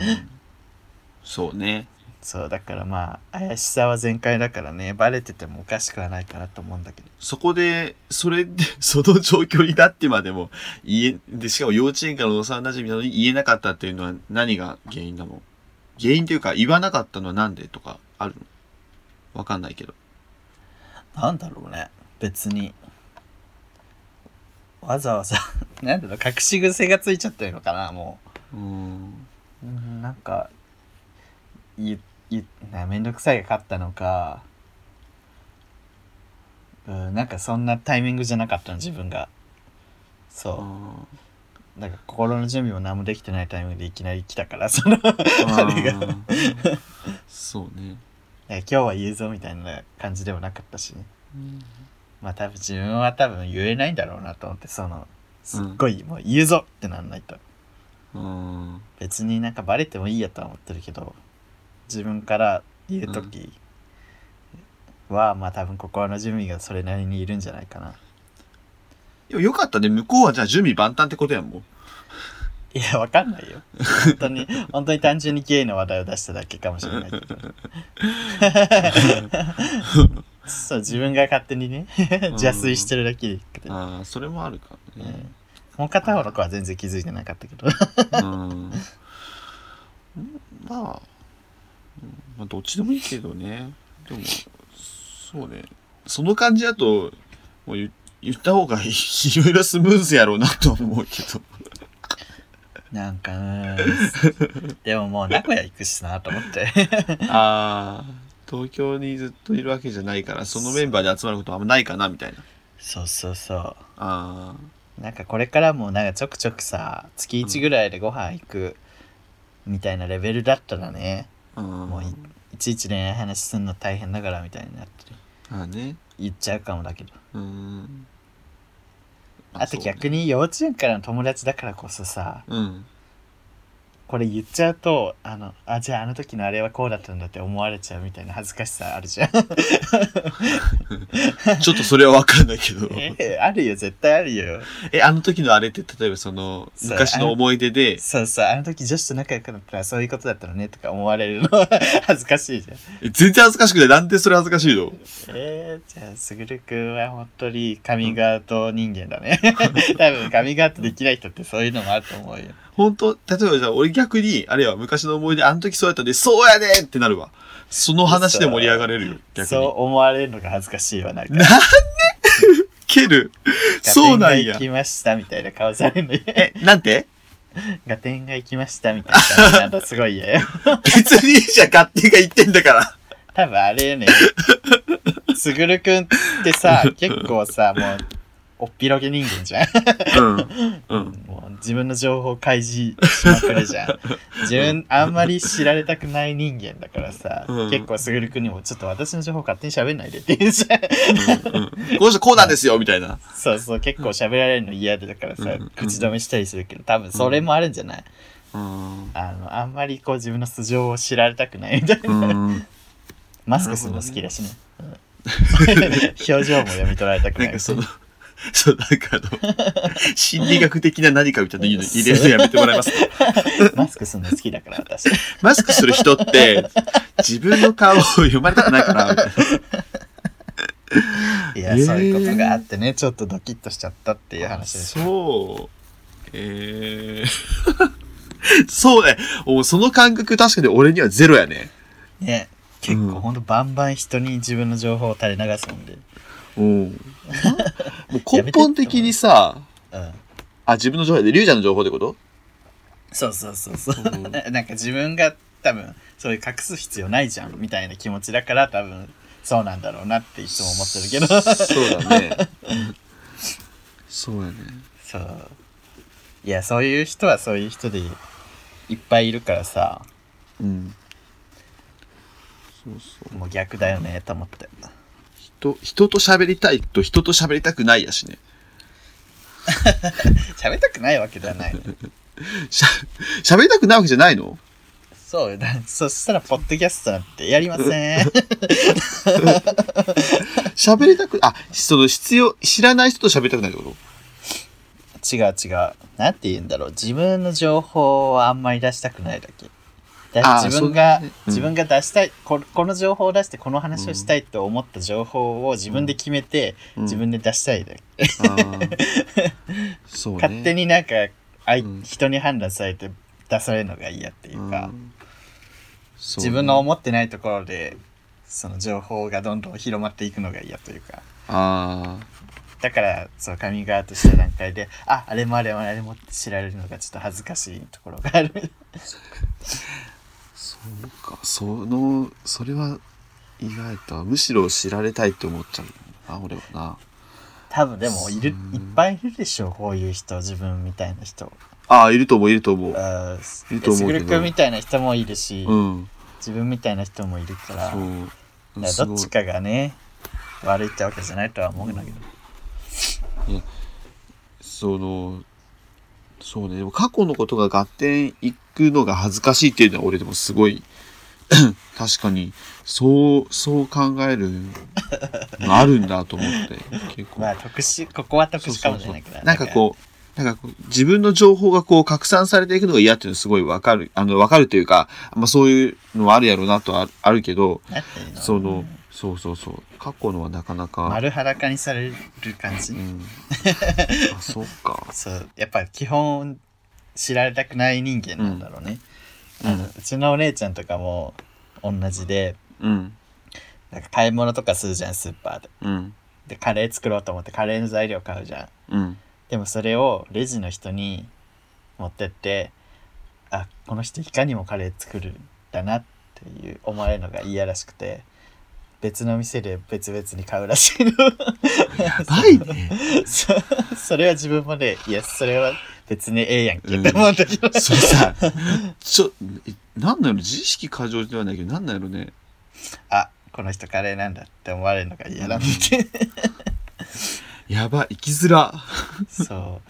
Speaker 1: そうね
Speaker 2: そうだからまあ怪しさは全開だからねバレててもおかしくはないかなと思うんだけど
Speaker 1: そこで、それで、その状況になってまでも、言え、で、しかも幼稚園からの幼馴染なのに言えなかったっていうのは何が原因だもん。原因というか、言わなかったのはなんでとか、あるのわかんないけど。
Speaker 2: なんだろうね別にわざわざ なんだろう隠し癖がついちゃってるのかなも
Speaker 1: うーん。
Speaker 2: ううんなんかゆゆなめんどくさいが勝ったのかうんなんかそんなタイミングじゃなかったの自分がそう、
Speaker 1: あ
Speaker 2: なんか心の準備も何もできてないタイミングでいきなり来たからその
Speaker 1: ー
Speaker 2: あれが
Speaker 1: あーそうね。
Speaker 2: え今日は言うぞみたいな感じでもなかったしまあ多分自分は多分言えないんだろうなと思ってそのすっごいもう言うぞってなんないと、
Speaker 1: うーん。
Speaker 2: 別になんかバレてもいいやとは思ってるけど自分から言う時は、まあ多分心の準備がそれなりにいるんじゃないかな
Speaker 1: でもよかったね。向こうはじゃあ準備万端ってことやもん。
Speaker 2: いやわかんないよ本当に本当に単純にゲイの話題を出しただけかもしれないけどそう自分が勝手にね邪推してるだけでも
Speaker 1: ああ、それもあるかもね。
Speaker 2: う片方の子は全然気づいてなかったけど
Speaker 1: うんまあ、うんまあ、どっちでもいいけどね。でも、そうね。その感じだと、もう言言った方がいい いろいろスムーズやろうなとは思うけど。
Speaker 2: なんかねでももう名古屋行くしなと思って
Speaker 1: ああ、東京にずっといるわけじゃないから、そのメンバーで集まることはあんまないかな、みたいな。
Speaker 2: そうそうそ
Speaker 1: あ
Speaker 2: うなんかこれからもなんかちょくちょくさ月1ぐらいでご飯行くみたいなレベルだったらね、
Speaker 1: あ、うん
Speaker 2: もういいちいち恋愛話すんの大変だからみたいになって
Speaker 1: ああね。
Speaker 2: 言っちゃうかもだけど
Speaker 1: うん。
Speaker 2: あと逆
Speaker 1: に。
Speaker 2: に幼稚園からの友達だからこそさ
Speaker 1: うん。
Speaker 2: これ言っちゃうとあのあじゃああの時のあれはこうだったんだって思われちゃうみたいな恥ずかしさあるじゃん
Speaker 1: ちょっとそれはわかんない けど。
Speaker 2: え あるよ絶対あるよ
Speaker 1: え、あの時のあれって、例えばその、
Speaker 2: そう
Speaker 1: 昔の思い出で、
Speaker 2: そうそうあの時女子と仲良くなったらそういうことだったのねとか思われるの 恥ずかしいじゃん
Speaker 1: え全然恥ずかしくない。なんでそれ恥ずかしいの
Speaker 2: えー、じゃあすぐるくんは本当にカミングアウト人間だ ね多分カミングアウトできない人ってそういうのもあると思うよ
Speaker 1: 本当例えばじゃあ俺逆に、あるいは昔の思い出、あの時そうやったんで、そうやねんってなるわ。その話で盛り上がれるよ。逆
Speaker 2: そう
Speaker 1: に。
Speaker 2: 思われるのが恥ずかしいわなんか
Speaker 1: なんで蹴る そうなん
Speaker 2: ガテンが
Speaker 1: や
Speaker 2: 行。きましたみたいな顔されるのよ
Speaker 1: え、なんて
Speaker 2: ガテンが行きましたみたいな感じなんだすごい 嫌よ。
Speaker 1: 別にいいじゃん、勝手が言ってんだから。
Speaker 2: 多分あれよね。すぐるくんってさ、 結構さ、もう、おっぴろげ人間じゃん。
Speaker 1: うん。うん。
Speaker 2: もう自分の情報開示しまくるじゃん。自分、あんまり知られたくない人間だからさ、
Speaker 1: うん
Speaker 2: 結構すぐるくんにも、ちょっと私の情報勝手に喋んないでって言 うじゃん。
Speaker 1: うんうんこの人こうなんですよ、みたいな。
Speaker 2: そうそう、結構喋られるの嫌でだからさ
Speaker 1: うん、
Speaker 2: 口止めしたりするけど、多分それもあるんじゃない
Speaker 1: うん。
Speaker 2: あの、あんまりこう自分の素性を知られたくないみたいな。
Speaker 1: うん。
Speaker 2: マスクするの好きだしね。表情も読み取られたく
Speaker 1: な
Speaker 2: なんい
Speaker 1: かその、そう、なんかあの、心理学的な何かみたいなの入れ入れるのやめてもらえますか
Speaker 2: マスクするの好きだから 私
Speaker 1: マスクする人 って、自分の顔を読まれたくないかなみたいな。
Speaker 2: い
Speaker 1: え
Speaker 2: や、
Speaker 1: ー
Speaker 2: そういうことがあってねちょっとドキッとしちゃったっていう話です
Speaker 1: そう。えー。 そうね。おその感覚確かに俺にはゼロやね。
Speaker 2: ね結
Speaker 1: うん
Speaker 2: 構ほんとバンバン人に自分の情報を垂れ流すんで
Speaker 1: うん。もう根本的にさ、
Speaker 2: うん
Speaker 1: あ、自分の情報で、リュウちゃんの情報ってこと
Speaker 2: そうそうそうそううん ななんか自分が多分そういう隠す必要ないじゃんみたいな気持ちだから多分そうなんだろうなっていつも思ってるけ ど
Speaker 1: そうだ ね。そうやね。
Speaker 2: そういやそういう人はそういう人でいっぱいいるからさ
Speaker 1: うん。そうそう。
Speaker 2: もう逆だよねと思って
Speaker 1: 人、人と喋りたいと人と喋りたくないやしね。
Speaker 2: 喋りたくないわけでは ないね
Speaker 1: しゃ、喋りたくないわけじゃないの
Speaker 2: そうよだそしたらポッドキャストなんてやりま せん
Speaker 1: 喋りたく、あ、その必要、知らない人と喋りたくないってこ
Speaker 2: 違う違う。なんて言うんだろう。自分の情報をあんまり出したくないだけ。だ
Speaker 1: あー
Speaker 2: 自分が、
Speaker 1: そうねうん
Speaker 2: 自分が出したいこ、この情報を出して、この話をしたいと思った情報を自分で決めて、
Speaker 1: と
Speaker 2: 自分で出したいだけ。
Speaker 1: うんあーそうね。
Speaker 2: 勝手になんか、あい
Speaker 1: うん
Speaker 2: 人に判断されて出されるのが嫌っていう
Speaker 1: う
Speaker 2: か、
Speaker 1: んそうね
Speaker 2: 自分の思ってないところで、その情報がどんどん広まっていくのが嫌というか。
Speaker 1: ああ。
Speaker 2: だから、そう、カミングアウトした段階で、あ、あれもあれもあれもって知られるのがちょっと恥ずかしいところがあ る。
Speaker 1: そうか。その、それは意外とはむしろ知られたいって思っちゃうな、俺はな。
Speaker 2: 多分でもいる
Speaker 1: そう
Speaker 2: いっぱいいるでしょこういう人自分みたいな人
Speaker 1: ああ、いると思う、いると思う。
Speaker 2: あ
Speaker 1: いると思うけど
Speaker 2: くみたいな人もいるし、
Speaker 1: うん。
Speaker 2: 自分みたいな人もいるから
Speaker 1: そ
Speaker 2: だ
Speaker 1: うう
Speaker 2: か
Speaker 1: ん。
Speaker 2: ら
Speaker 1: す
Speaker 2: ど
Speaker 1: ご
Speaker 2: っ
Speaker 1: い
Speaker 2: ちかがね悪いってわけじゃないとは思うんだけど、
Speaker 1: その、そうね、でも過去のことが合点いくのが恥ずかしいっていうのは俺でもすごい、 確かに、そう、そう考えるのあるんだと思って、結構。
Speaker 2: まあ特殊ここは特
Speaker 1: そう
Speaker 2: 殊か
Speaker 1: そ
Speaker 2: も
Speaker 1: う
Speaker 2: し
Speaker 1: そ
Speaker 2: れ
Speaker 1: う
Speaker 2: ないけど
Speaker 1: なんかこう、なんかこう、自分の情報がこう拡散されていくのが嫌っていうのすごいわかる、あの、わかるというか、まあそういうのはあるやろうなとはあるあるけど、
Speaker 2: なんていうの
Speaker 1: その、そうそうそう、過去のはなかなか、
Speaker 2: 丸裸にされる感じ、
Speaker 1: うん。あ、そうか。
Speaker 2: そうやっぱ基本知られたくない人間なんだろうね、
Speaker 1: うん
Speaker 2: あのうちのお姉ちゃんとかも同じで
Speaker 1: うん。
Speaker 2: なんか買い物とかするじゃんスーパーで
Speaker 1: うん。
Speaker 2: でカレー作ろうと思ってカレーの材料買うじゃん
Speaker 1: うん。
Speaker 2: でもそれをレジの人に持ってってあこの人いかにもカレー作るんだなっていう思われるのが嫌らしくて別の店で別々に買う らしいの
Speaker 1: やばいね。
Speaker 2: そそれは自分もねいやそれは別にええやんけって思うんだけど、
Speaker 1: それさ、ちょ、えなんだろう、自意識過剰ではないけど、なんだろうね。
Speaker 2: あこの人カレーなんだって思われるのが嫌なんで
Speaker 1: やばい、生きづら。
Speaker 2: そ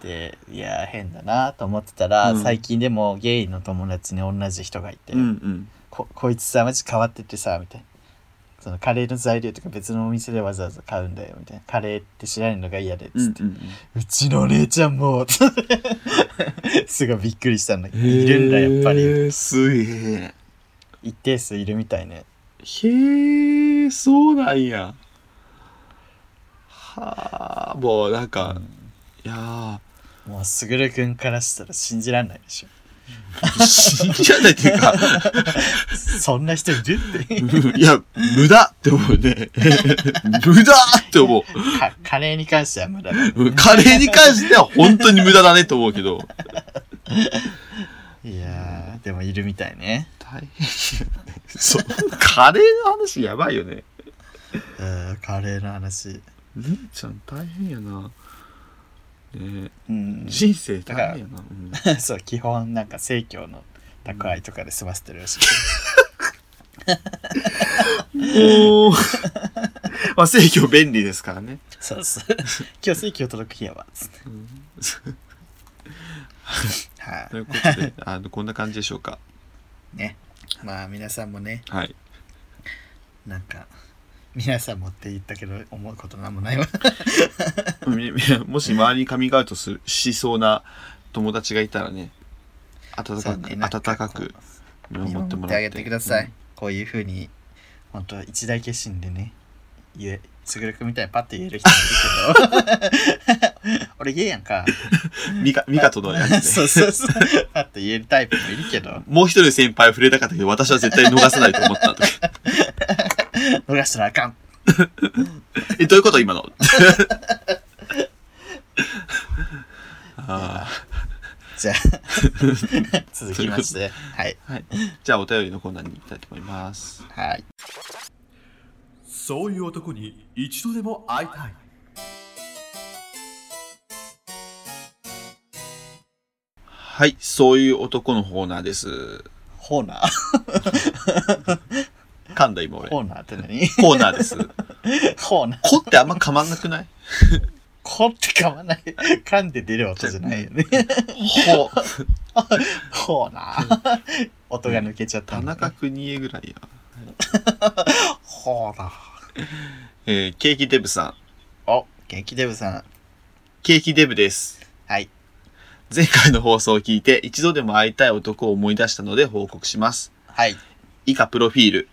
Speaker 2: うでいや変だなと思ってたら、
Speaker 1: うん
Speaker 2: 最近でもゲイの友達に同じ人がいて、
Speaker 1: うんうん。
Speaker 2: ここいつさマジ変わっててさみたいなそのカレーの材料とか別のお店でわざわざ買うんだよみたいなカレーって知らないのが嫌でっ
Speaker 1: うんう
Speaker 2: つっ
Speaker 1: ん
Speaker 2: て、うちのお姉ちゃんも すごいびっくりしたんだけどいるんだやっぱり
Speaker 1: り。すげえ。
Speaker 2: 一定数いるみたいね
Speaker 1: へえ、そうなんや。はあ、もうなんか、いや
Speaker 2: もうすぐるくんからしたら信じらんないでしょ
Speaker 1: ー、信じられないっていうか、
Speaker 2: そんな人いるって
Speaker 1: いや、無駄って思うね。 無駄って思う。
Speaker 2: かカレーに関しては無駄だね
Speaker 1: カレーに関しては本当に無駄だねと思うけど。
Speaker 2: いやーでもいるみたいね
Speaker 1: 大変よね。そう。カレーの話やばいよね。
Speaker 2: うんカレーの話
Speaker 1: 姉ちゃん大変やな。ね
Speaker 2: うん
Speaker 1: 人生大変やな。うん
Speaker 2: そう基本なんか生協の宅配とかで済ませてるらしい
Speaker 1: おー。まあ、生協便利ですからね。
Speaker 2: そうそう。 今日正規を届く日やわ。つって
Speaker 1: うん
Speaker 2: は
Speaker 1: ということで、あの、こんな感じでしょうか。
Speaker 2: い。ね。まあ皆さんもね、
Speaker 1: はい。
Speaker 2: なんか、皆さん持って行ったけど思うことなんもないわ
Speaker 1: みみもし周りにカミングアウトするしそうな友達がいたらね、温
Speaker 2: そ
Speaker 1: か
Speaker 2: うね
Speaker 1: く、
Speaker 2: なん
Speaker 1: 温かく見
Speaker 2: 見
Speaker 1: 守って
Speaker 2: 守
Speaker 1: もらって
Speaker 2: ってあげてください、
Speaker 1: うん
Speaker 2: こういうふうに本当は一大決心でね言えすぐるくんみたいにパッて言える人もいるけど 俺言えやんか
Speaker 1: ミカ、ミカとのやつ、
Speaker 2: そう
Speaker 1: ね。
Speaker 2: そうそうパッて言えるタイプもいるけど
Speaker 1: もう一人先輩を触れたかったけど、私は絶対逃さないと思ったとか。
Speaker 2: 逃したらあかん
Speaker 1: え、どういうこと今の あ
Speaker 2: じゃあ続きましてはい
Speaker 1: ーはい。じゃあお便りのコーナーに行きたいと思います。
Speaker 2: はい
Speaker 3: そういう男に一度でも会いたい
Speaker 1: はい、そういう男のコーナーです。
Speaker 2: ホーナー
Speaker 1: 噛んだ今俺。
Speaker 2: ホーナーって何
Speaker 1: コーナーです。
Speaker 2: ホーナー
Speaker 1: コってあんま噛まんなくない
Speaker 2: こって噛まない噛んで出る音じゃないよね
Speaker 1: ほ、
Speaker 2: ホーナー音が抜けちゃった
Speaker 1: 田
Speaker 2: んだね
Speaker 1: 中邦衛ぐらいや。
Speaker 2: ホーナー
Speaker 1: えー、ケーキデブさん。
Speaker 2: お元気デブさん
Speaker 1: ケーキデブです。
Speaker 2: はい
Speaker 1: 前回の放送を聞いて一度でも会いたい男を思い出したので報告します。
Speaker 2: はい
Speaker 1: 以下プロフィール。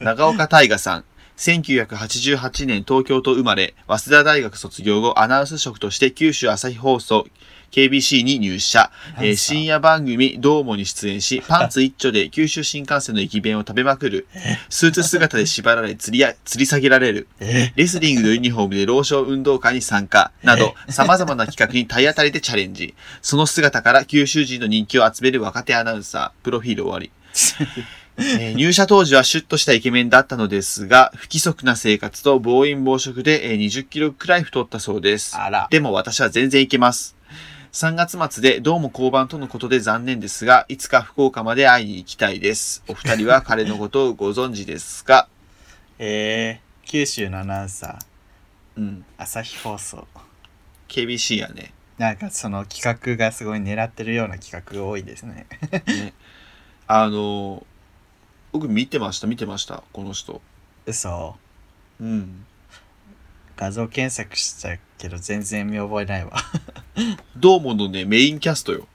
Speaker 1: 長岡大河さん。1988年東京と生まれ、早稲田大学卒業後、アナウンス職として九州朝日放送 KBC に入社。えー深夜番組「どうも」に出演しパンツ一丁で九州新幹線の駅弁を食べまくるスーツ姿で縛られ釣りや吊り下げられる
Speaker 2: え
Speaker 1: レスリングのユニフォームで老少運動会に参加など様々な企画に体当たりでチャレンジその姿から九州人の人気を集める若手アナウンサープロフィール終わりえー入社当時はシュッとしたイケメンだったのですが、不規則な生活と暴飲暴食でえー20キロくらい太ったそうです。
Speaker 2: あら
Speaker 1: でも私は全然いけます。3月末でどうも交番とのことで残念ですが、いつか福岡まで会いに行きたいです。お二人は彼のことをご存知ですか
Speaker 2: えー、九州のアナウンサ
Speaker 1: う
Speaker 2: ー
Speaker 1: ん。
Speaker 2: 朝日放送
Speaker 1: KBC やね。
Speaker 2: なんかその企画がすごい狙ってるような企画が多いですね
Speaker 1: ねあのー僕見てました、見てました、この人。
Speaker 2: 嘘
Speaker 1: うん。
Speaker 2: 画像検索したけど全然見覚えないわ
Speaker 1: どうものね、メインキャストよ。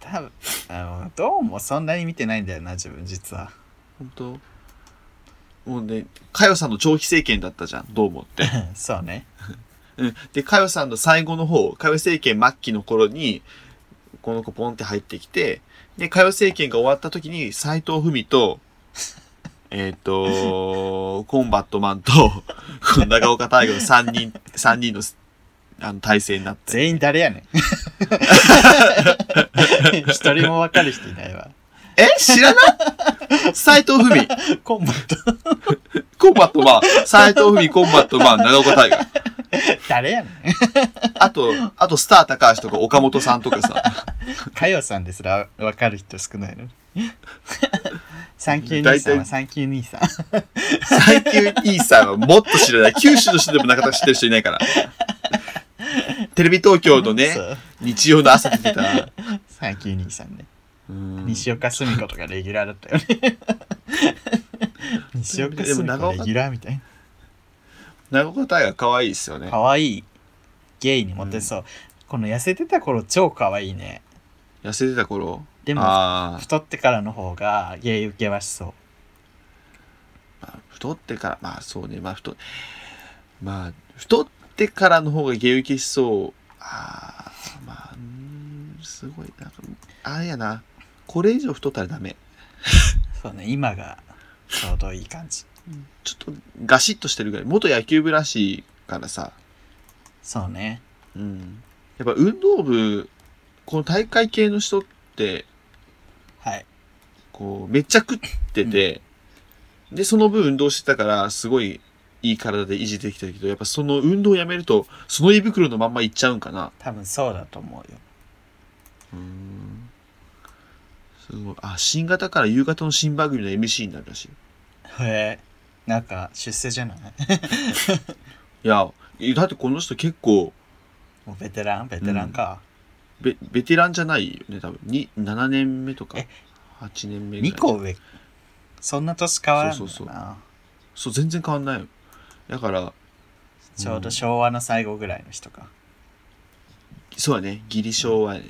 Speaker 2: 多分あのどうもそんなに見てないんだよな自分実は
Speaker 1: 本当もうね、かよさんの長期政権だったじゃん、どうも って。
Speaker 2: そうね
Speaker 1: うん、で、かよさんの最後の方、かよ政権末期の頃に、この子ポンって入ってきて、で、かよ政権が終わった時に、斎藤文 と、えっ、と、コンバット マンと、この長岡大河の3人、三人の、あの、体制になって。
Speaker 2: 全員誰やねん 一人も分かる人いないわ
Speaker 1: え知らない斎藤文、
Speaker 2: コンボと
Speaker 1: コンバットマン、斎藤文、コンバットマン、長岡大河。
Speaker 2: 誰やね
Speaker 1: あと、あと、スター高橋とか岡本さんとかさ。
Speaker 2: んかよさんですら分かる人少ない の三級兄さんは三級兄さん
Speaker 1: 最近イーサーはもっと知らない。九州の人でもなかなか知ってる人いないから。テレビ東京のね
Speaker 2: そ、う
Speaker 1: 日曜の朝出てた。
Speaker 2: 三級兄さんね
Speaker 1: うん
Speaker 2: 西岡澄子とかレギュラーだったよね 西岡
Speaker 1: でも
Speaker 2: 澄
Speaker 1: 長
Speaker 2: 子
Speaker 1: 岡
Speaker 2: レギュラーみたいな
Speaker 1: 長岡大河可愛いですよね。
Speaker 2: 可愛いゲイにモテそう、この痩せてた頃超可愛いね
Speaker 1: 痩せてた頃。
Speaker 2: でも
Speaker 1: あ
Speaker 2: 太ってからの方がゲイ受けはしそう
Speaker 1: あ、まあ太ってから、まあそうね、まあ太、まあ太ってからの方がゲウケしそう。ああ、まあ、うーんすごい、なんか、あれやな。これ以上太ったらダメ。
Speaker 2: そうね今がちょうどいい感じ
Speaker 1: ちょっとガシッとしてるぐらい。元野球部らしいからさ。
Speaker 2: そうね
Speaker 1: うん、やっぱ運動部この大会系の人って
Speaker 2: はい
Speaker 1: こうめっちゃ食ってて、でその分運動してたからすごいいい体で維持できたけどやっぱその運動をやめるとその胃袋のまんまいっちゃうんかな
Speaker 2: 多分そうだと思うよ
Speaker 1: うんすごいあ新型から夕方の新番組の MC になるらしい
Speaker 2: へえなんか出世じゃない
Speaker 1: いやだってこの人結構
Speaker 2: もうベテランベテランか、
Speaker 1: ベベテランじゃないよね多分に7年目とか
Speaker 2: え
Speaker 1: 8年目ぐらい
Speaker 2: 2個上そんな年変わらんのかな
Speaker 1: そうそうそう全然変わんないよだから、
Speaker 2: ちょうど昭和の最後ぐらいの人か。
Speaker 1: そうだね、ギリショはね。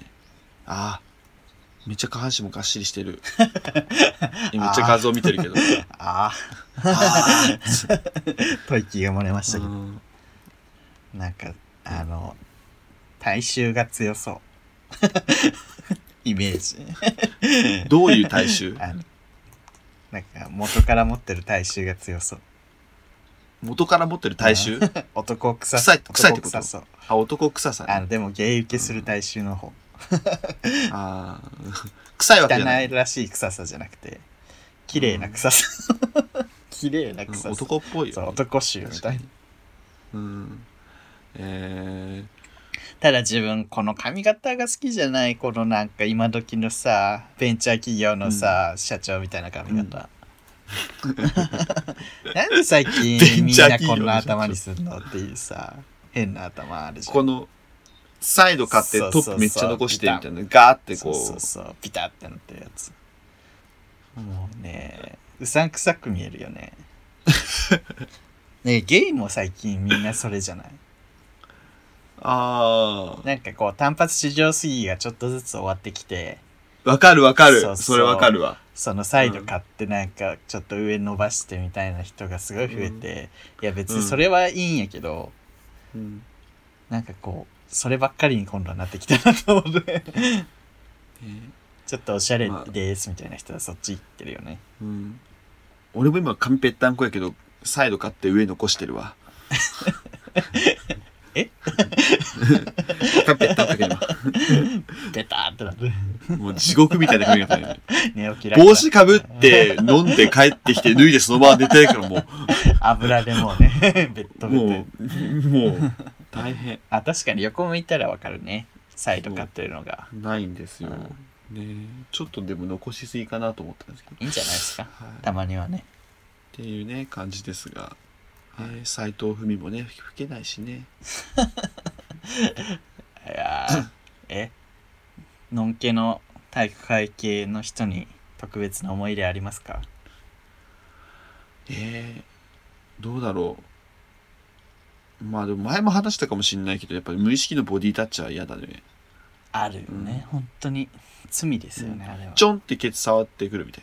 Speaker 1: ああ、めっちゃ下半身もがっしりして る。めっちゃ画像見てるけど。
Speaker 2: あ
Speaker 1: あー
Speaker 2: あ、 吐息が漏れましたけ
Speaker 1: う
Speaker 2: ど、
Speaker 1: ん
Speaker 2: なんか、あの、体臭が強そう。 イメージ。
Speaker 1: どういう体 臭
Speaker 2: あの、なんか元から持ってる体臭が強そう。
Speaker 1: 元から持ってる体臭
Speaker 2: 男臭
Speaker 1: 臭い臭いってこ
Speaker 2: 男
Speaker 1: と
Speaker 2: 臭そう。
Speaker 1: あ、男臭さ、
Speaker 2: あ
Speaker 1: ね。
Speaker 2: の、でも、ゲイ受けする体臭の方。
Speaker 1: ああ、臭いわけ
Speaker 2: 汚
Speaker 1: じゃない。
Speaker 2: いらしい臭さじゃなくて、綺麗な臭さ。 綺麗な臭さ。
Speaker 1: うん男っぽい
Speaker 2: そう
Speaker 1: よ、ね。
Speaker 2: 男臭みたいな。
Speaker 1: うん。え
Speaker 2: ただ自分この髪型が好きじゃないこのなんか今時のさベンチャー企業のさ、社長みたいな髪型、 なんで最
Speaker 1: ベ
Speaker 2: 近
Speaker 1: ン
Speaker 2: みん
Speaker 1: チャー
Speaker 2: な
Speaker 1: 企業
Speaker 2: こ
Speaker 1: の
Speaker 2: んな頭にすんのっていうさ変な頭あるじ
Speaker 1: ー、
Speaker 2: ゃん
Speaker 1: この、サイド買って
Speaker 2: そ
Speaker 1: ト
Speaker 2: うそ
Speaker 1: ッ
Speaker 2: うそう
Speaker 1: プめっちゃ残してみたいな。ガーってこう。
Speaker 2: そうそうそうピタってなってるやつもうねうさんくさく見えるよねねゲイも最近みんなそれじゃない
Speaker 1: あ
Speaker 2: なんかこう単発至上主義がちょっとずつ終わってきて
Speaker 1: あ、わかるわかる。
Speaker 2: そ
Speaker 1: そう
Speaker 2: そう
Speaker 1: れわかるわ。
Speaker 2: そのサイド買ってなんかちょっと上伸ばしてみたいな人がすごい増えて、いや別にそれはいいんやけど、
Speaker 1: うん
Speaker 2: なんかこうそればっかりに今度はなってきたなと思って
Speaker 1: えー
Speaker 2: ちょっとおしゃれ
Speaker 1: まあ
Speaker 2: ですみたいな人はそっち行ってるよね、
Speaker 1: うん、俺も今髪ぺったんこやけどサイド買って上残してるわ
Speaker 2: え
Speaker 1: 髪ぺったんこやけど
Speaker 2: ベターってなって
Speaker 1: 今もう地獄みたいな髪型やね
Speaker 2: 寝起きだから
Speaker 1: 帽子かぶって飲んで帰ってきて脱いでそのまま寝てるからも
Speaker 2: 油でもうね ベッ
Speaker 1: う
Speaker 2: ドベッ
Speaker 1: も
Speaker 2: ド
Speaker 1: うもう 大変
Speaker 2: あ確かに横向いたらわかるねサイド買ってるのが
Speaker 1: ないんですよ、ねちょっとでも残しすぎかなと思ったんですけど、
Speaker 2: いいんじゃないですか
Speaker 1: はい、
Speaker 2: たまには
Speaker 1: っ
Speaker 2: ね
Speaker 1: ていうね感じですが、えー、斎藤文もね吹けないしね
Speaker 2: いやー えのんけの体育会系の人に特別な思い入れありますか
Speaker 1: えー、どうだろうまあでも前も話したかもしれないけどやっぱり無意識のボディタッチは嫌だね
Speaker 2: あるよね、本当に罪ですよね、あれは
Speaker 1: ちょんってケツ触ってくるみた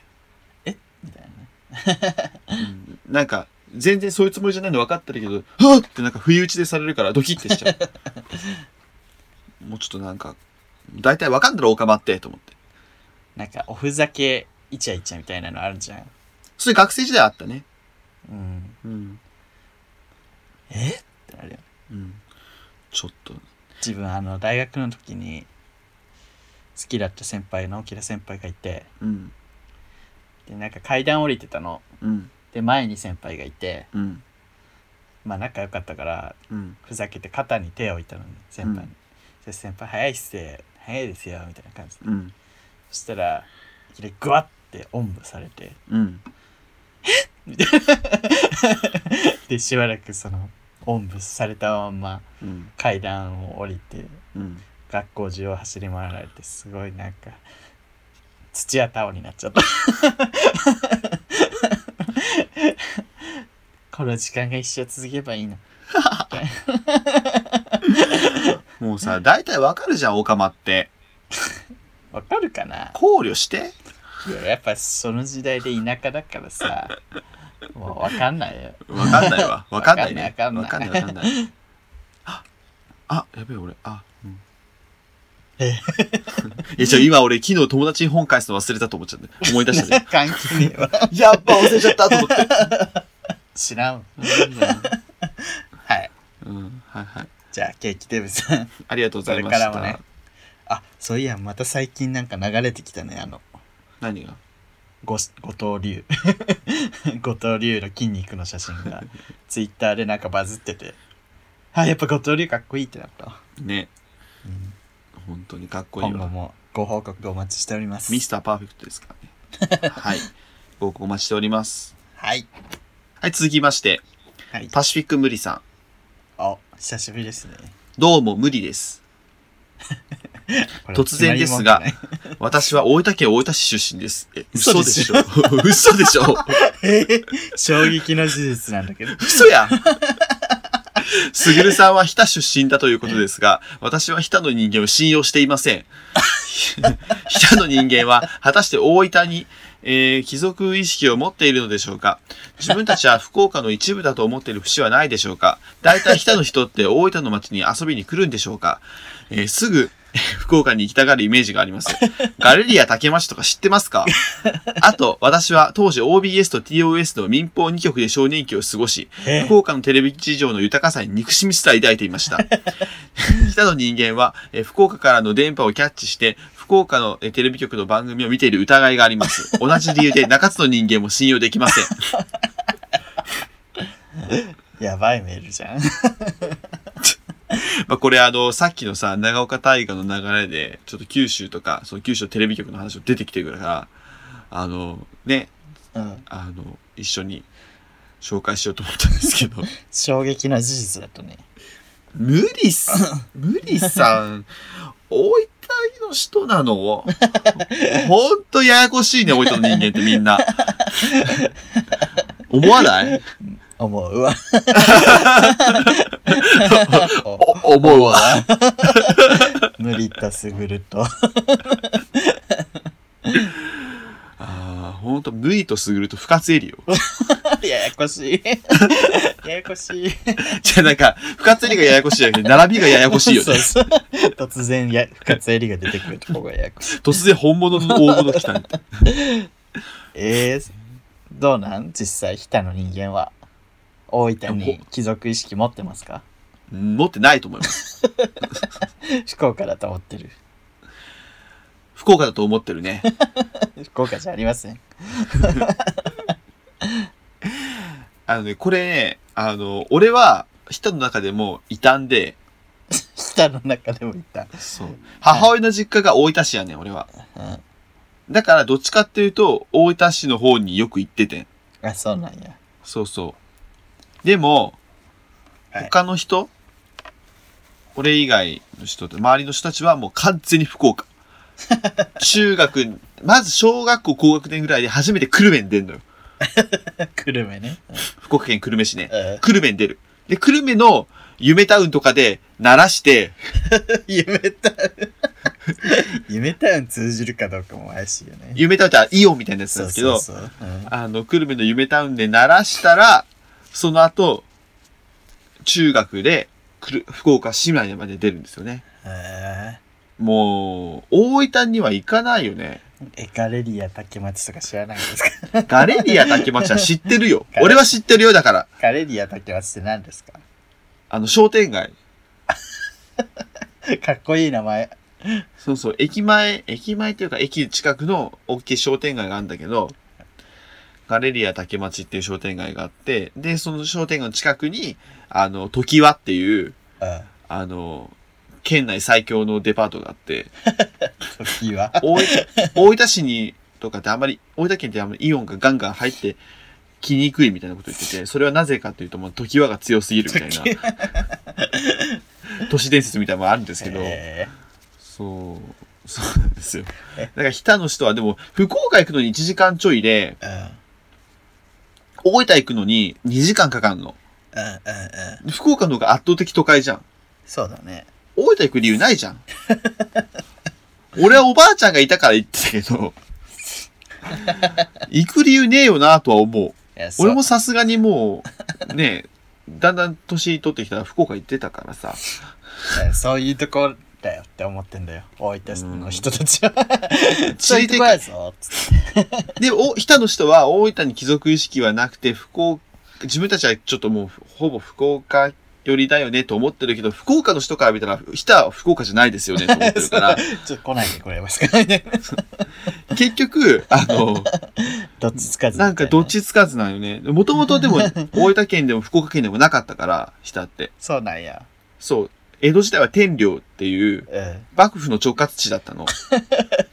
Speaker 1: い
Speaker 2: みたいなね
Speaker 1: な、うんなんか全然そういうつもりじゃないの分かってるけどはっってなんか不意打ちでされるからドキッてしちゃうもうちょっとなんか大体分かんだろオカマってと思って
Speaker 2: なんかおふざけイチャイチャみたいなのあるじゃん、
Speaker 1: それ学生時代あったね
Speaker 2: うん、
Speaker 1: うん、
Speaker 2: えってなるよ
Speaker 1: うん、ちょっと
Speaker 2: 自分あの大学の時に好きだった先輩のキラ先輩がいて
Speaker 1: うん
Speaker 2: でなんか階段降りてたの
Speaker 1: うん
Speaker 2: で前に先輩がいて
Speaker 1: うん
Speaker 2: まあ仲良かったから
Speaker 1: うん
Speaker 2: ふざけて肩に手を置いたのに先輩に、で先輩早いっすよ早いですよみたいな感じで
Speaker 1: うん
Speaker 2: そしたらいきなりグワッておんぶされて
Speaker 1: うん
Speaker 2: でしばらくそのおんぶされたまんま
Speaker 1: うん
Speaker 2: 階段を降りて
Speaker 1: うん
Speaker 2: 学校中を走り回られてすごいなんか土屋太鳳になっちゃった この時間が一生続けばいいの
Speaker 1: もうさ大体分かるじゃんオカマって
Speaker 2: わかるかな
Speaker 1: 考慮して
Speaker 2: いややっぱその時代で田舎だからさもうわかんないよ
Speaker 1: わかんないわ。 わかんないね。
Speaker 2: わかんないわ
Speaker 1: わ
Speaker 2: か
Speaker 1: か
Speaker 2: ん
Speaker 1: ん
Speaker 2: な
Speaker 1: ないいわかんない。あ、やべえ俺。あ、うん。
Speaker 2: え
Speaker 1: いや、ちょ、今俺昨日友達に本返すの忘れたと思っちゃって。思い出したね。
Speaker 2: 関係ねえわ
Speaker 1: やっぱ忘れちゃったと思って。
Speaker 2: 知らんはい
Speaker 1: うん、はいはい。
Speaker 2: じゃあケーキデブさん
Speaker 1: ありがとうござ
Speaker 2: そ
Speaker 1: い
Speaker 2: れ
Speaker 1: ま
Speaker 2: か
Speaker 1: し
Speaker 2: らも
Speaker 1: た
Speaker 2: ね。あそういやまた最近なんか流れてきたねあの
Speaker 1: 何が
Speaker 2: ご後藤 龍後藤龍の筋肉の写真がツイッターでなんかバズっててあやっぱ後藤龍かっこいいってなったわ、
Speaker 1: ね。
Speaker 2: うん
Speaker 1: 本当にかっこいい
Speaker 2: 今後
Speaker 1: わ。
Speaker 2: もご報告お待ちしております
Speaker 1: ミスターパーフェクトですからね。はい。ごお待ちしております。
Speaker 2: はい
Speaker 1: はい、続きまして、
Speaker 2: はい
Speaker 1: パシフィック無理さん。
Speaker 2: お久しぶりですね
Speaker 1: どうも無理です。突然ですが
Speaker 2: これつなぎもんじゃない。
Speaker 1: 私は大分県大分市出身です。え嘘
Speaker 2: 嘘で
Speaker 1: で
Speaker 2: し
Speaker 1: しょ嘘でしょ
Speaker 2: えー 衝撃の事実なんだけど。
Speaker 1: 嘘やんすぐるさんは日田出身だということですが、私は日田の人間を信用していません。 日田の人間は、果たして大分に、えー貴族意識を持っているのでしょうか自分たちは福岡の一部だと思っている節はないでしょうか大体日田の人って大分の町に遊びに来るんでしょうか、えーすぐ、福岡に行きたがるイメージがあります。ガレリア竹町とか知ってますか あと、私は当時 OBS と TOS の民放2局で少年期を過ごし、
Speaker 2: え
Speaker 1: 福岡のテレビ事情の豊かさに憎しみすら抱いていました。北の人間は、えー福岡からの電波をキャッチして、福岡のえーテレビ局の番組を見ている疑いがあります。同じ理由で中津の人間も信用できません。
Speaker 2: やばいメールじゃん。
Speaker 1: まあこれあの、さっきのさ、長岡大河の流れで、ちょっと九州とか、その九州のテレビ局の話も出てきてるから、あの、ね、
Speaker 2: うん。
Speaker 1: あの、一緒に紹介しようと思ったんですけど。
Speaker 2: 衝撃の事実だとね。
Speaker 1: 無理 っす、無理さん。大分の人な のほんとややこしいね、大分の人間ってみ んな。思わない
Speaker 2: 思うわ。
Speaker 1: お思うわ。
Speaker 2: 無理ったすぐると。
Speaker 1: ああ、ほんと、無理とすぐると不活エリよ。
Speaker 2: ややこし い。ややこしい。
Speaker 1: じゃあなんか、不活エリがややこしいじゃなくて、並びがややこしいよ
Speaker 2: そ
Speaker 1: ね
Speaker 2: う。そう突然や、深津絵里が出てくるとこがやや こしい。
Speaker 1: 突然本物の大物来たんだ
Speaker 2: えー、どうなん実際、日田の人間は。大分に貴族意識持ってます か
Speaker 1: 持ってないと思います。
Speaker 2: 福岡だと思ってる。
Speaker 1: 福岡だと思ってるね。
Speaker 2: 福岡じゃありません。
Speaker 1: あのね、これね、あの、俺は、人の中でも異端で、
Speaker 2: 日田の中でもいた。
Speaker 1: そう。母親の実家が大分市やねん、俺は。
Speaker 2: うん。
Speaker 1: だからどっちかっていうと、大分市の方によく行っててん。
Speaker 2: あ、そうなんや。
Speaker 1: そうそう。でも、
Speaker 2: はい
Speaker 1: 他の人、俺以外の人って、周りの人たちはもう完全に福 岡。中学、まず小学校高学年ぐらいで初めて久留米に出るのよ。
Speaker 2: 久留米ね。
Speaker 1: 福岡県久留米市ね。
Speaker 2: うん。
Speaker 1: 久留米に出る。で、久留米の夢タウンとかで鳴らして、
Speaker 2: 夢タウン。夢タウン通じるかどうかも怪しいよね。
Speaker 1: 夢タウンってイオンみたいなやつなん
Speaker 2: そう
Speaker 1: ですけど、
Speaker 2: そうそう。うん
Speaker 1: あの、久留米の夢タウンで鳴らしたら、その後、中学で、くる福岡市内まで出るんですよね。
Speaker 2: へ
Speaker 1: もう、大分には行かないよね。
Speaker 2: ーエカレリア竹町とか知らないんですか
Speaker 1: ガレリア竹町は知ってるよ。俺は知ってるよ、だから。
Speaker 2: エカレリア竹町って何ですか
Speaker 1: あの、商店街。
Speaker 2: かっこいい名前。
Speaker 1: そうそう、駅前、駅前というか駅近くの大きい商店街があるんだけど、ガレリア竹町っていう商店街があって、で、その商店街の近くに、あの、時和っていう、
Speaker 2: うん。
Speaker 1: あの、県内最強のデパートがあって、
Speaker 2: 時は。
Speaker 1: 大分大分市にとかってあんまり大分県ってあんまりイオンがガンガン入ってきにくいみたいなこと言っててそれはなぜかというともう常盤が強すぎるみたい
Speaker 2: 時
Speaker 1: な都市伝説みたいなのもあるんですけど
Speaker 2: へ
Speaker 1: そうそうなんですよだから日田の人はでも福岡行くのに1時間ちょいで
Speaker 2: ーうん。
Speaker 1: 大分行くのに2時間かかんの
Speaker 2: うんうんうん。
Speaker 1: 福岡の方が圧倒的都会じゃん
Speaker 2: そうだね。
Speaker 1: 大分行く理由ないじゃん俺はおばあちゃんがいたから行ってたけ ど行く理由ねえよなとは思う
Speaker 2: いやそう
Speaker 1: 俺もさすがにもうねだんだん年取ってきたら福岡行ってたから さ
Speaker 2: いやそういうとこだよって思ってんだよ。大分の人たちは。
Speaker 1: ついて
Speaker 2: こいぞ。つって
Speaker 1: でお日田の人は大分に貴族意識はなくて福岡自分たちはちょっともうほぼ福岡寄りだよねと思ってるけど福岡の人から見たら日田は福岡じゃないですよねと思ってるから
Speaker 2: ちょっと来ないでくれますかね。
Speaker 1: 結局あの
Speaker 2: どっちつかずみたい。
Speaker 1: なんかどっちつかずなんよね。もともとで も大分県でも福岡県でもなかったから、下って。
Speaker 2: そうなんや。
Speaker 1: そう。江戸時代は天領っていう
Speaker 2: うん。
Speaker 1: 幕府の直轄地だった の。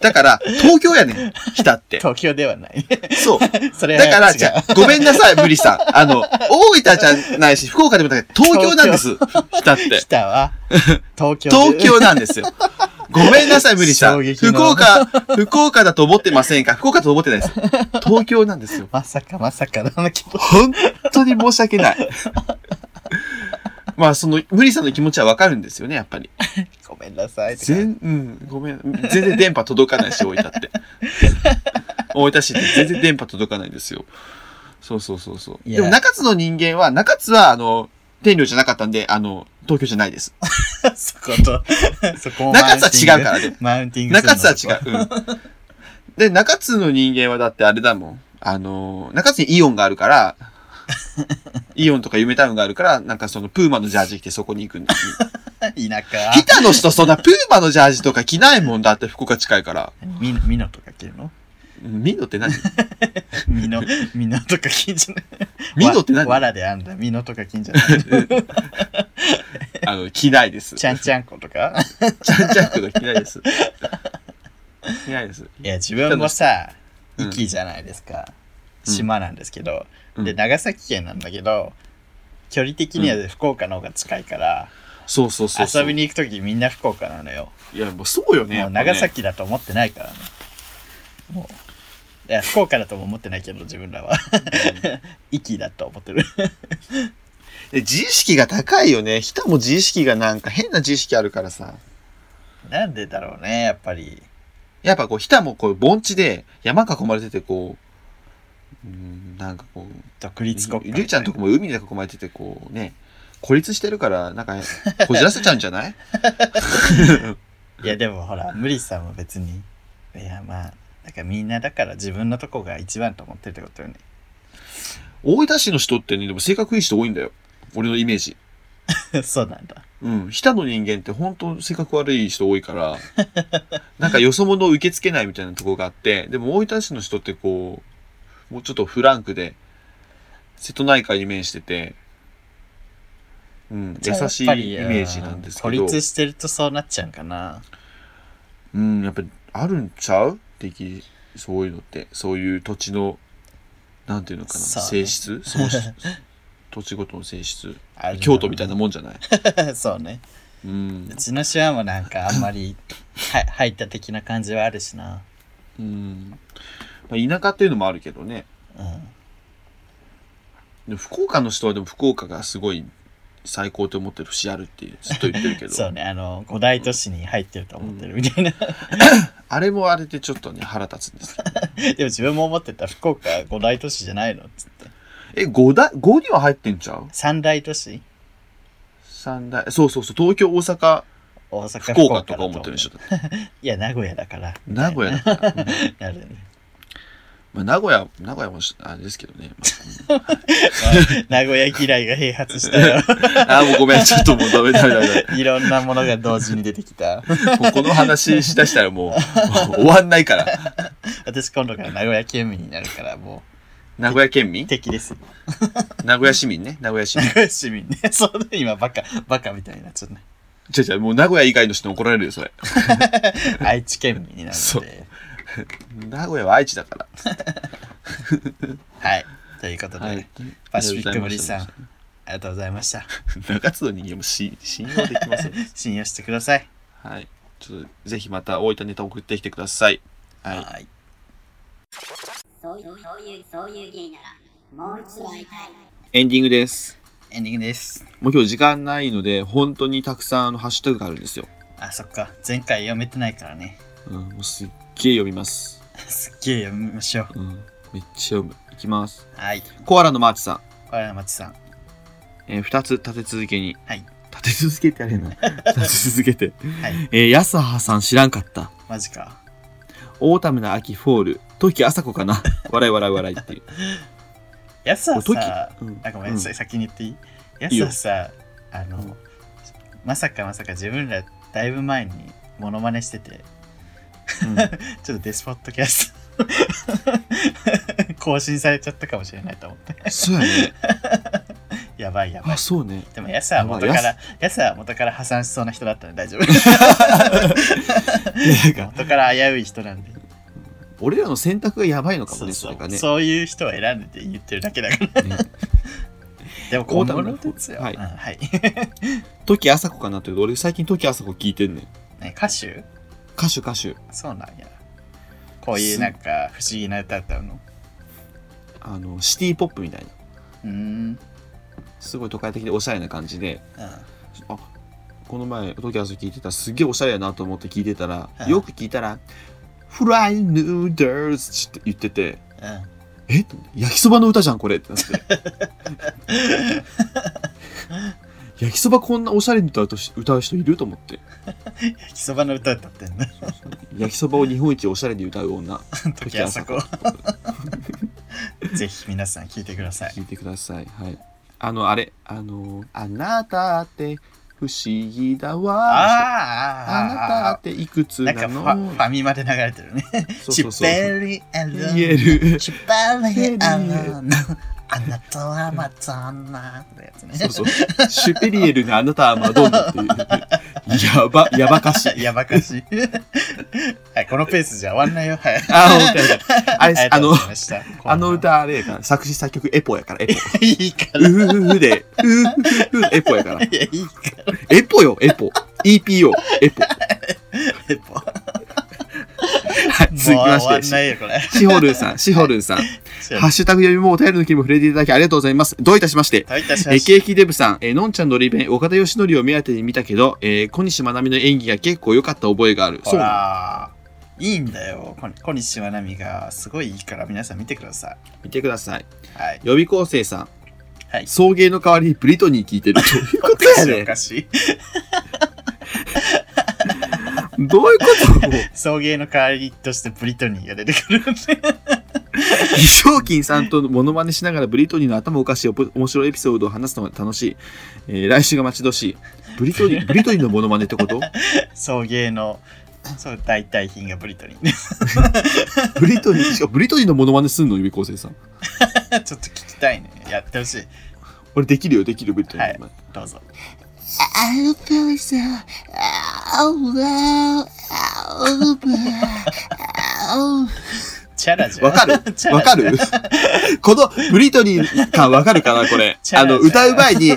Speaker 1: だから、東京やねん、下って。
Speaker 2: 東京ではない。
Speaker 1: そう。
Speaker 2: それは
Speaker 1: だから、
Speaker 2: 違う
Speaker 1: じゃあごめんなさい、無理さん。あの、大分じゃないし、福 岡でもない東京なんです、下って。
Speaker 2: 北は東京で
Speaker 1: 東京なんですよ。ごめんなさい、無理した。
Speaker 2: 衝撃の
Speaker 1: 福岡、福岡だと思ってませんか福岡だと思ってないです。東京なんですよ。
Speaker 2: まさかまさかなんだけど。
Speaker 1: 本当に申し訳ない。 まあ、その、無理さんの気持ちはわかるんですよね、やっぱり。
Speaker 2: ごめんなさいって感じ。
Speaker 1: 全、うん、ごめん。全然電波届かないし、大分って。大分市って全然電波届かないんですよ。そうそうそうそう。
Speaker 2: いや
Speaker 1: でも中津の人間は、中津は、あの、天領じゃなかったんで、あの、東京じゃないです。
Speaker 2: そこと、そこもマウンティング。
Speaker 1: 中津は違うからね。
Speaker 2: マウンティングする
Speaker 1: 中
Speaker 2: の。
Speaker 1: 津は違う。うんで、中津の人間はだってあれだもん。あの、中津にイオンがある から、イオンとか夢タウンがあるから、なんかそのプーマのジャージ着てそこに行くんだ。
Speaker 2: 違う。田舎。
Speaker 1: 北の人そんなプーマのジャージとか着ないもんだって福岡近いから。
Speaker 2: み、みのとか着るの
Speaker 1: うんミノって 何
Speaker 2: みの、みのとか着んじゃない
Speaker 1: ミノって
Speaker 2: わ
Speaker 1: 何
Speaker 2: わらで編んだみのとか着 んじゃない
Speaker 1: あの、着ないです。
Speaker 2: ちゃんちゃんことか
Speaker 1: ちゃんちゃんこと着ないです。着ないです。
Speaker 2: いや、自分もさ、
Speaker 1: うん
Speaker 2: 壱岐じゃないですか。
Speaker 1: うん
Speaker 2: 島なんですけど、
Speaker 1: うん
Speaker 2: で、長崎県なんだけど、距離的には福岡の方が近いから、
Speaker 1: そうそうそうそう。
Speaker 2: 遊びに行くときみんな福岡なのよ。
Speaker 1: いや、もうそうよね。
Speaker 2: もう
Speaker 1: やっぱ
Speaker 2: 長
Speaker 1: ね
Speaker 2: 崎だと思ってないからね。もう。いや、福岡だとも思ってないけど、自分らは。 壱岐だと思ってる。
Speaker 1: で自意識が高いよね。北も自意識がなんか変な自意識あるからさ。
Speaker 2: なんでだろうね、やっぱり。
Speaker 1: やっぱこう、北もこう盆地で山囲まれててこう、うん、なんかこう、
Speaker 2: 独立国家みたいな。
Speaker 1: りゅうちゃんとこも海で囲まれててこうね、孤立してるから、なんか、こじらせちゃうんじゃない
Speaker 2: いやでもほら無理さんも別にいやまあなんかみんなだから自分のとこが一番と思ってるってことよね
Speaker 1: 大分市の人ってね、でも性格いい人多いんだよ。俺のイメージ。
Speaker 2: そうなんだ
Speaker 1: うん、北の人間って本当性格悪い人多いから、 なんかよそ者を受け付けないみたいなところがあって、でも大分市の人ってこう、もうちょっとフランクで、瀬戸内海に面してて、うん、
Speaker 2: じゃあ
Speaker 1: 優しいイ
Speaker 2: やっぱり
Speaker 1: メージなんですけ
Speaker 2: うん
Speaker 1: ど
Speaker 2: 孤、立してるとそうなっちゃうかな
Speaker 1: うん、やっぱりあるんちゃう的、そういうのって、そういう土地の、なんていうのかな、
Speaker 2: そうね
Speaker 1: 性質 そうし土地ごとの性質。
Speaker 2: ある
Speaker 1: 京都みたいなもんじゃない。
Speaker 2: ん そうね
Speaker 1: うん
Speaker 2: う。ちの島もなんかあんまりは排他的な感じはあるしな
Speaker 1: うんまあ、田舎っていうのもあるけどね
Speaker 2: うん
Speaker 1: でも福岡の人はでも福岡がすごい最高と思ってる節あるってずっと言ってるけど
Speaker 2: そうねあの五大都市に入ってると思ってるみたいな、
Speaker 1: あれもあれでちょっとね腹立つんですけど
Speaker 2: でも自分も思ってた福岡は五大都市じゃないのっつって
Speaker 1: え五大五には入ってんちゃう
Speaker 2: 三大都市
Speaker 1: 三大そうそうそう東京大阪
Speaker 2: 大阪
Speaker 1: 福岡とか思ってるでしょ
Speaker 2: ょいや名古屋だから
Speaker 1: 名古屋だから、うん
Speaker 2: 屋なるね
Speaker 1: まあ、名古屋名古屋もしあれですけどね、
Speaker 2: 名古屋嫌いが併 発したよ。
Speaker 1: まあ、あーもうごめんちょっともうダメダメダメダメ
Speaker 2: いろんなものが同時に出てきた。
Speaker 1: もうこの話しだしたらもうもう終わんないから
Speaker 2: 私今度から名古屋県民になるからも
Speaker 1: 名古屋県
Speaker 2: う
Speaker 1: 民
Speaker 2: 敵 です。名
Speaker 1: 名古屋市民ね名古屋市民
Speaker 2: 古屋市民ね。そう今バカ、バカみたいになっちゃうね。
Speaker 1: 違う違うもう名古屋以外の人に怒られるよそれ
Speaker 2: 愛知県民になる
Speaker 1: そう
Speaker 2: ので。
Speaker 1: 名古屋は愛知だから
Speaker 2: はい。ということで、
Speaker 1: はい。
Speaker 2: パシフィック森さん、ありがとうございました。
Speaker 1: 中津の人間もし信用できません。
Speaker 2: 信用してください。
Speaker 1: はい。ちょっとぜひまた大分ネタ送ってきてください。はい。
Speaker 2: はい。
Speaker 4: そういう、そういう、そういう芸なら、もう一度会いたい。
Speaker 1: エンディングです。
Speaker 2: エンディングです。
Speaker 1: もう今日時間ないので、本当にたくさんあのハッシュタグがあるんですよ。
Speaker 2: あ、そっか。前回読めてないからね。
Speaker 1: うん。もうすっげえ読みます。
Speaker 2: すっげえ読みましょう。
Speaker 1: うん。めっちゃ読む。いきます。
Speaker 2: はい。
Speaker 1: コアラのマーチさん。
Speaker 2: 小山町さん。
Speaker 1: えー、2つ立て続けに。
Speaker 2: はい。
Speaker 1: 立て続けってあれ な。立て続けて。
Speaker 2: はい。
Speaker 1: えー、安葉さん知らんかった。
Speaker 2: マジか。
Speaker 1: オータムの秋フォール。時朝子かな。笑い笑い笑いっていう。
Speaker 2: やすは
Speaker 1: これ
Speaker 2: さ、
Speaker 1: 時うん
Speaker 2: あごめん、
Speaker 1: うん
Speaker 2: さ先に言っていいや
Speaker 1: い
Speaker 2: す
Speaker 1: よ
Speaker 2: はさあの、
Speaker 1: うん
Speaker 2: まさかまさか自分らだいぶ前にモノマネしてて
Speaker 1: うん
Speaker 2: ちょっとデスポット キャスト更新されちゃったかもしれないと思って
Speaker 1: そうやね。
Speaker 2: やばいやばい
Speaker 1: あ、そうね。
Speaker 2: でもやすは元
Speaker 1: や
Speaker 2: か
Speaker 1: ばいや
Speaker 2: らやすは元から破産しそうな人だったんで大丈夫
Speaker 1: なんか
Speaker 2: 元から危うい人なんで
Speaker 1: 俺らの選択がやばいのかも
Speaker 2: そう
Speaker 1: ね、
Speaker 2: そ
Speaker 1: そうれがね。
Speaker 2: そういう人を選んでて言ってるだけだか
Speaker 1: ね
Speaker 2: らでもこうな
Speaker 1: こうだもん
Speaker 2: ですよ、
Speaker 1: はい
Speaker 2: うんはい
Speaker 1: 時朝子かなって、俺最近時朝子聞いてんねん。
Speaker 2: ね歌手
Speaker 1: 歌手歌手
Speaker 2: そうなんや。こういうなんか不思議な歌歌うの。
Speaker 1: あのシティポップみたいな
Speaker 2: うーん。
Speaker 1: すごい都会的でおしゃれな感じで
Speaker 2: うん
Speaker 1: あこの前トキャス聞いてたすげえおしゃれやなと思って聞いてたら、
Speaker 2: うん
Speaker 1: よく聞いたら「フライヌードルズ」って言ってて
Speaker 2: う
Speaker 1: 「え焼きそばの歌じゃんこれ」って なって焼きそばこんなおしゃれに歌うとし歌う人いると思って
Speaker 2: ん。焼きそばの歌歌っ てんね。
Speaker 1: 焼きそばを日本一おしゃれに歌う女
Speaker 2: 時あそこ。ぜひ皆さん聞いてく ださい。
Speaker 1: 聞いてください。はい。あの、あれ、あの、あなたって不思議だわ。あなた
Speaker 2: あああああ
Speaker 1: っていくつ
Speaker 2: な
Speaker 1: なん
Speaker 2: かフ
Speaker 1: の
Speaker 2: ァファミマで流れてるね。
Speaker 1: そう
Speaker 2: チ
Speaker 1: そう
Speaker 2: ッ
Speaker 1: そう。
Speaker 2: ペリアロ
Speaker 1: 言える。
Speaker 2: チッペリアローあなたはマドンナってやつね。
Speaker 1: そうそう。シュペリエルのあなたはマドンナっていう。やば、やばかし。
Speaker 2: やばかしい。はい、このペースじゃ終わんないよ。はい。
Speaker 1: あ、ほんとやばいあれです、あ
Speaker 2: りがとう
Speaker 1: の
Speaker 2: ござ、いました
Speaker 1: あの。歌あれやから、作詞作曲エポやから、エポ。
Speaker 2: コーナーいいか
Speaker 1: う
Speaker 2: ら。い
Speaker 1: ふふふで、うふふふエポやから。
Speaker 2: や、いいから。
Speaker 1: エポよ、エポ。EPO、エポ。
Speaker 2: エポも
Speaker 1: はい、
Speaker 2: う
Speaker 1: 続きま
Speaker 2: 終わん
Speaker 1: し
Speaker 2: な
Speaker 1: て、
Speaker 2: いよ、こ れ。
Speaker 1: シホルンさん、シホルン さん。ハッシュタグ読みもお便りの気にも触れていただきありがとうございます。どういたしまして。
Speaker 2: どういたし
Speaker 1: え
Speaker 2: ま
Speaker 1: ー、
Speaker 2: して
Speaker 1: ケーキデブさん、えーのんちゃんのリベン、岡田義則を目当てに見たけど、えー小西まなみの演技が結構良かった覚えがある。
Speaker 2: ほ
Speaker 1: なの
Speaker 2: ら、いいんだよ。こ小西まなみがすごいいいから、皆さん見てください。
Speaker 1: 見てください。
Speaker 2: はい。
Speaker 1: 予備校生さん、
Speaker 2: はい。
Speaker 1: 送迎の代わりにブリトニー聞いてる。どういうことやね
Speaker 2: おかしい。
Speaker 1: ん。どういうこと
Speaker 2: 送迎の代わりとしてブリトニーが出てくるん で。
Speaker 1: 衣装金さんとモノマネしながらブリトニーの頭おかしいおぼ面白いエピソードを話すのが楽しい。えー来週が待ち遠しい。ブリトニー、ブリトニーのモノマネって こと
Speaker 2: 送迎の。そう代替品がブリトニー
Speaker 1: ブリトニー、しかもブリトニーのモノマネすんの予備校生さん。
Speaker 2: ちょっと聞きたいねやってほしい
Speaker 1: 俺できるよ、できるブリトニー。
Speaker 2: はいどうぞ
Speaker 5: I don't feel so. Oh, wow. Oh, wow.
Speaker 2: チャラじゃん
Speaker 1: わかる
Speaker 2: チャラ
Speaker 1: わかるこのブリトニー感わかるかなこれ
Speaker 2: チ。ャラ
Speaker 1: あの、
Speaker 2: チャラ
Speaker 1: 歌う前に、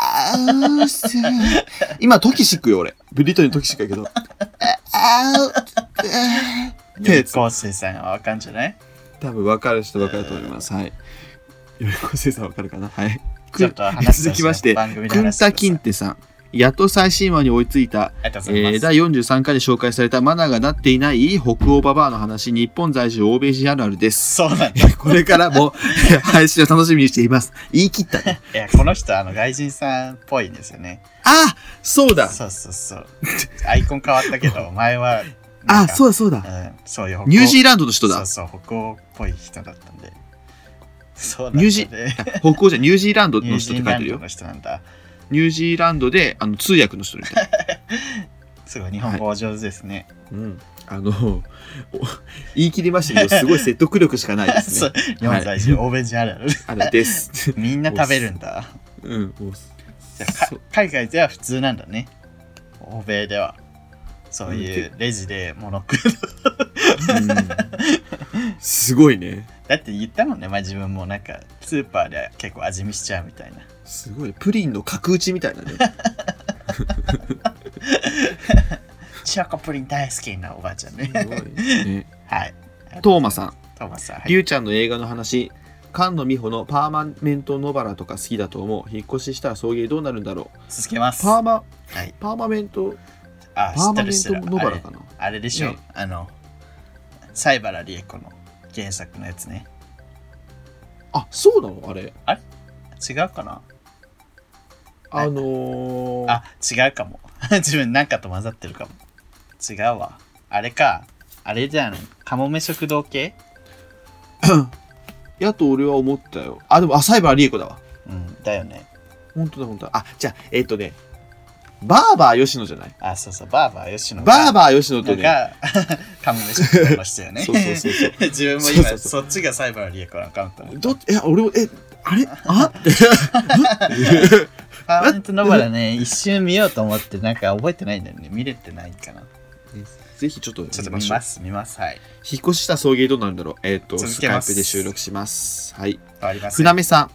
Speaker 5: Oh, so.
Speaker 1: 今トキシックよ俺。ブリトニートキシックやけど。
Speaker 5: Oh,
Speaker 1: ってやつ
Speaker 2: 高生さんはわかんじゃない
Speaker 1: 多分わかる人わかると思います。はい。よりこせいさんわかるかなはい。
Speaker 2: ちょっと話
Speaker 1: 続きまして、
Speaker 2: 番組の
Speaker 1: くん
Speaker 2: 話して
Speaker 1: た
Speaker 2: ください
Speaker 1: きんてさん。やっと最新話に追いついた、
Speaker 2: ありがとうござい
Speaker 1: えー
Speaker 2: ます。
Speaker 1: 第43回で紹介されたマナーがなっていない北欧ババアの話、日本在住欧米人あるある です。
Speaker 2: そうなんだ。
Speaker 1: これからも 配信を楽しみにしています。言い切ったね。
Speaker 2: いや、この人、あの、外人さんっぽいんですよね。
Speaker 1: あそうだ
Speaker 2: そうそうそう。アイコン変わった けど、前は、
Speaker 1: あそう
Speaker 2: う、
Speaker 1: だそうだ
Speaker 2: うん、そういう
Speaker 1: ニュージー
Speaker 2: ー
Speaker 1: ランドの人
Speaker 2: そ
Speaker 1: だ
Speaker 2: う。そう、北欧っぽい人だったんで。そうなんだ、ね。
Speaker 1: ニュージ北欧じゃニュージーランド
Speaker 2: ニュ
Speaker 1: の
Speaker 2: ー
Speaker 1: 人
Speaker 2: ジ
Speaker 1: って書
Speaker 2: ー
Speaker 1: い
Speaker 2: ラ
Speaker 1: てる
Speaker 2: ンド
Speaker 1: よ
Speaker 2: の。人なんだ。
Speaker 1: ニュージーランドであの通訳の人みたい。
Speaker 2: すごい、日本語お上手ですね。
Speaker 1: うん。あの、お言い切りましたけど、すごい説得力しかないです
Speaker 2: そう
Speaker 1: ね。
Speaker 2: 日本在住、欧米人あるある。
Speaker 1: あれです。
Speaker 2: みんな食べるんだ。
Speaker 1: うん。もう
Speaker 2: じゃあか
Speaker 1: そう
Speaker 2: 海外では普通なんだね。欧米では。そういうレジで物食う
Speaker 1: うんすごいね。
Speaker 2: だって言ったもんね、まあ、自分もなんかスーパーで結構味見しちゃうみたいな。
Speaker 1: すごい。プリンの角打ちみたいなね。
Speaker 2: チョコプリン大好きなおばあちゃんね。
Speaker 1: すごいね。
Speaker 2: はい。
Speaker 1: トーマさん。
Speaker 2: トーマスさん。はい
Speaker 1: りゅうちゃんの映画の話菅野美穂のパーマメント野原とか好きだと思う引っ越ししたら送迎どうなるんだろう
Speaker 2: 続けます。
Speaker 1: パーマ
Speaker 2: はい。
Speaker 1: パーマメント
Speaker 2: あ、
Speaker 1: パ
Speaker 2: 知
Speaker 1: ー
Speaker 2: って
Speaker 1: マ
Speaker 2: る
Speaker 1: メ
Speaker 2: 知って
Speaker 1: ン
Speaker 2: る
Speaker 1: ト野
Speaker 2: あ
Speaker 1: 原
Speaker 2: れ
Speaker 1: かな
Speaker 2: あれでしょ、
Speaker 1: ね
Speaker 2: あの、サイバラリエコの原作のやつね。
Speaker 1: あそうなのあれ
Speaker 2: 違うかな
Speaker 1: あのー、
Speaker 2: あ、違うかも。 自分なんかと混ざってるかも。違うわ。あれか。あれじゃん。カモメ食堂系
Speaker 1: やと俺は思ったよあでもあサイバーリエコだわ
Speaker 2: うん、だよね。
Speaker 1: 本当だ本当だあじゃあえっ、とねバーバー吉野じゃない
Speaker 2: あ、そうそう、バーバー吉野が。
Speaker 1: バーバー吉野とね
Speaker 2: が カモメ食堂の人よ ね。
Speaker 1: そうそうそうそう
Speaker 2: 自分も
Speaker 1: そう
Speaker 2: 今
Speaker 1: そうそ
Speaker 2: そっちがサイバーリエコのアカウントなの
Speaker 1: どえ俺もえあれあって
Speaker 2: パーマネントノバラね一瞬見ようと思ってなんか覚えてないんだよね見れてないかな
Speaker 1: ぜひちょっと
Speaker 2: ちょっ
Speaker 1: 見
Speaker 2: と
Speaker 1: ま
Speaker 2: 見
Speaker 1: しょう
Speaker 2: ます見ますはい
Speaker 1: 引っ越しした送迎どうなるんだろうえっ、と
Speaker 2: 続
Speaker 1: ス
Speaker 2: け
Speaker 1: カ
Speaker 2: ま
Speaker 1: イ
Speaker 2: す
Speaker 1: プで収録しますはい
Speaker 2: 変わります
Speaker 1: 船目さん。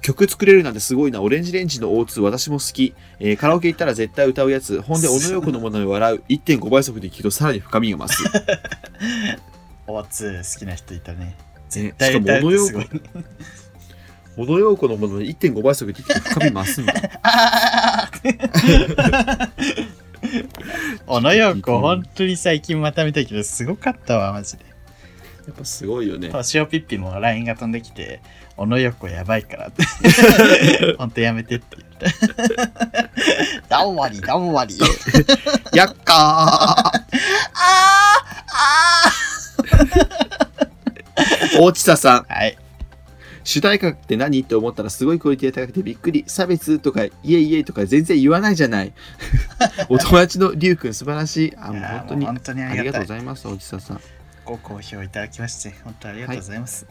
Speaker 1: 曲作れるなんてすごいな。オレンジレンジの O2、私も好き。えーカラオケ行ったら絶対歌うやつ。ほんで、小野洋子のもので笑う。1.5倍速で聴くとさらに深みが増す。
Speaker 2: おつ好きな人いたね。
Speaker 1: 絶
Speaker 2: 大
Speaker 1: しか
Speaker 2: 体
Speaker 1: も
Speaker 2: 歌
Speaker 1: 小野洋
Speaker 2: うってす
Speaker 1: 子
Speaker 2: ごいね。
Speaker 1: 小野洋子のもので1.5倍速で聴くと深み増 すんだ。
Speaker 2: あー小野洋子、本当に最近また見たけど、すごかったわ、マジで。
Speaker 1: やっぱすごいよね。
Speaker 2: シオピッピも LINE が飛んできて、小野横やばい からって。ほんとやめてって言った。ダンワリ、ダンワリ。
Speaker 1: やっか
Speaker 2: ああ
Speaker 1: ー大地田さん、
Speaker 2: あはい。
Speaker 1: 主題歌って何って思ったらすごいクオリティが高くてびっくり。差別とか、いえいえとか全然言わないじゃ ない。お友達のりゅうくん素晴らしい。あ、もう
Speaker 2: いや
Speaker 1: 本
Speaker 2: ー
Speaker 1: 当
Speaker 2: もう
Speaker 1: に
Speaker 2: 本当に
Speaker 1: あ
Speaker 2: あ
Speaker 1: り
Speaker 2: り
Speaker 1: がと
Speaker 2: がた
Speaker 1: う
Speaker 2: い
Speaker 1: ご。ざいます、大地田さん。
Speaker 2: ご好評いただきまして、本当ありがとうございます。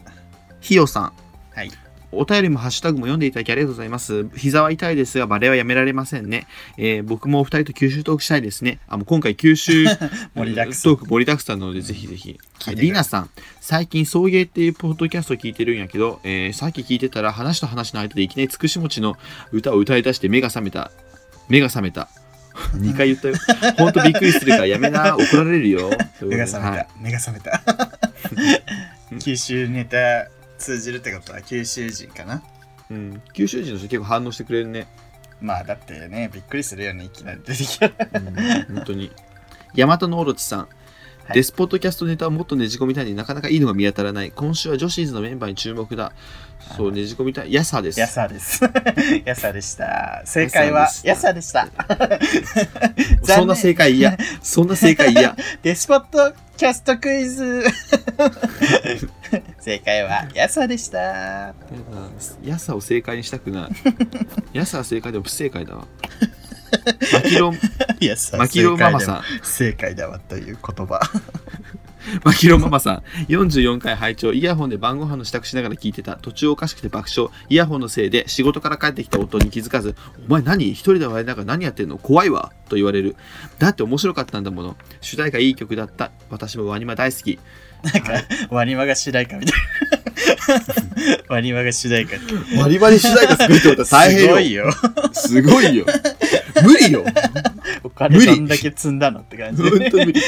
Speaker 1: ひよさん。
Speaker 2: はい。
Speaker 1: お便りもハッシュタグも読んでいただきありがとうございます。膝は痛いですが、バレーはやめられませんね。えー僕もお二人と九州トークしたいですね。あもう今回九州
Speaker 2: 盛りだくさん
Speaker 1: トーク盛りだくさんなので、ぜひぜひ。
Speaker 2: 聞いてください
Speaker 1: りなさん、最近送迎っていうポッドキャストを聞いてるんやけど、えーさっき聞いてたら話と話の間でいきなりつくし餅の歌を歌い出して目が覚めた。目が覚め た。2回言ったよ。ほんとびっくりするからやめ な。怒られるよ。
Speaker 2: 目が覚め
Speaker 1: はい
Speaker 2: た。目が覚め た。九州ネタ通じるってことは九州人かな
Speaker 1: うん、九州人の人結構反応してくれるね。
Speaker 2: まあだってね、びっくりするよね、いきなり出てきたら。
Speaker 1: うん本当に。ヤマトのオロチさん、
Speaker 2: い
Speaker 1: デスポッドキャストネタをもっとねじ込みたいのになかなかいいのが見当たらない。今週は女子ーズのメンバーに注目だ。そう、ねじ込みたい。ヤサです。
Speaker 2: やさです。 やさでした。正解は
Speaker 1: や
Speaker 2: や
Speaker 1: さ
Speaker 2: さでした。
Speaker 1: そんな正解嫌。そんな正解嫌。
Speaker 2: デスポットキャストクイズ 正解はヤサ でした
Speaker 1: ヤサを正解にしたく ない。ヤサは正解でも不正解だわ。マキ ロン、
Speaker 2: ヤサ
Speaker 1: マキロンママさん。
Speaker 2: 正解だわという言葉
Speaker 1: マキロンママさん、44回拝聴イヤホンで晩ご飯の支度しながら聞いてた。途中おかしくて爆笑。イヤホンのせいで仕事から帰ってきた夫に気づかず、お前何一人で笑いながら何やってんの怖いわと言われる。だって面白かったんだもの。主題歌いい曲だった。私もワニマ大好き。
Speaker 2: ワニマが主 題歌みたいなワニマが主題歌
Speaker 1: ワニマに主題歌作るってことは
Speaker 2: すごいよ
Speaker 1: すごいよ。無理よ。
Speaker 2: お金
Speaker 1: 無理
Speaker 2: どんだけ積んだのって感じで、ね、
Speaker 1: 無理。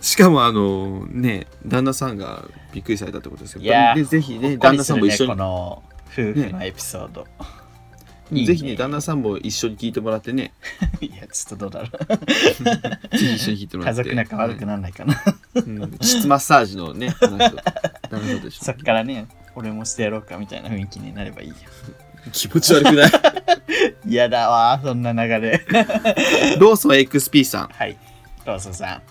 Speaker 1: しかもあのね、旦那さんがびっくりされたってことです
Speaker 2: い
Speaker 1: け
Speaker 2: や
Speaker 1: ど、で
Speaker 2: ー
Speaker 1: ぜひ ね、
Speaker 2: ほっこ
Speaker 1: 旦
Speaker 2: り
Speaker 1: 那
Speaker 2: す
Speaker 1: さんも
Speaker 2: る
Speaker 1: 一緒に
Speaker 2: ねこの夫婦のエピソ ード、いい
Speaker 1: ぜひね、旦那さんも一緒に聞いてもらって ね、
Speaker 2: いやちょっとどうだろ
Speaker 1: ぜひ一緒に聞いて
Speaker 2: う
Speaker 1: もら
Speaker 2: 家
Speaker 1: って。
Speaker 2: 族仲悪くならないかな、
Speaker 1: はいうん膣マッサージのね、話を旦那さんと一緒
Speaker 2: そっからね俺もしてやろうかみたいな雰囲気になればいいよ
Speaker 1: 気持ち悪くない
Speaker 2: 嫌だわそんな流れ
Speaker 1: ローソン XP さん。
Speaker 2: はいローソンさん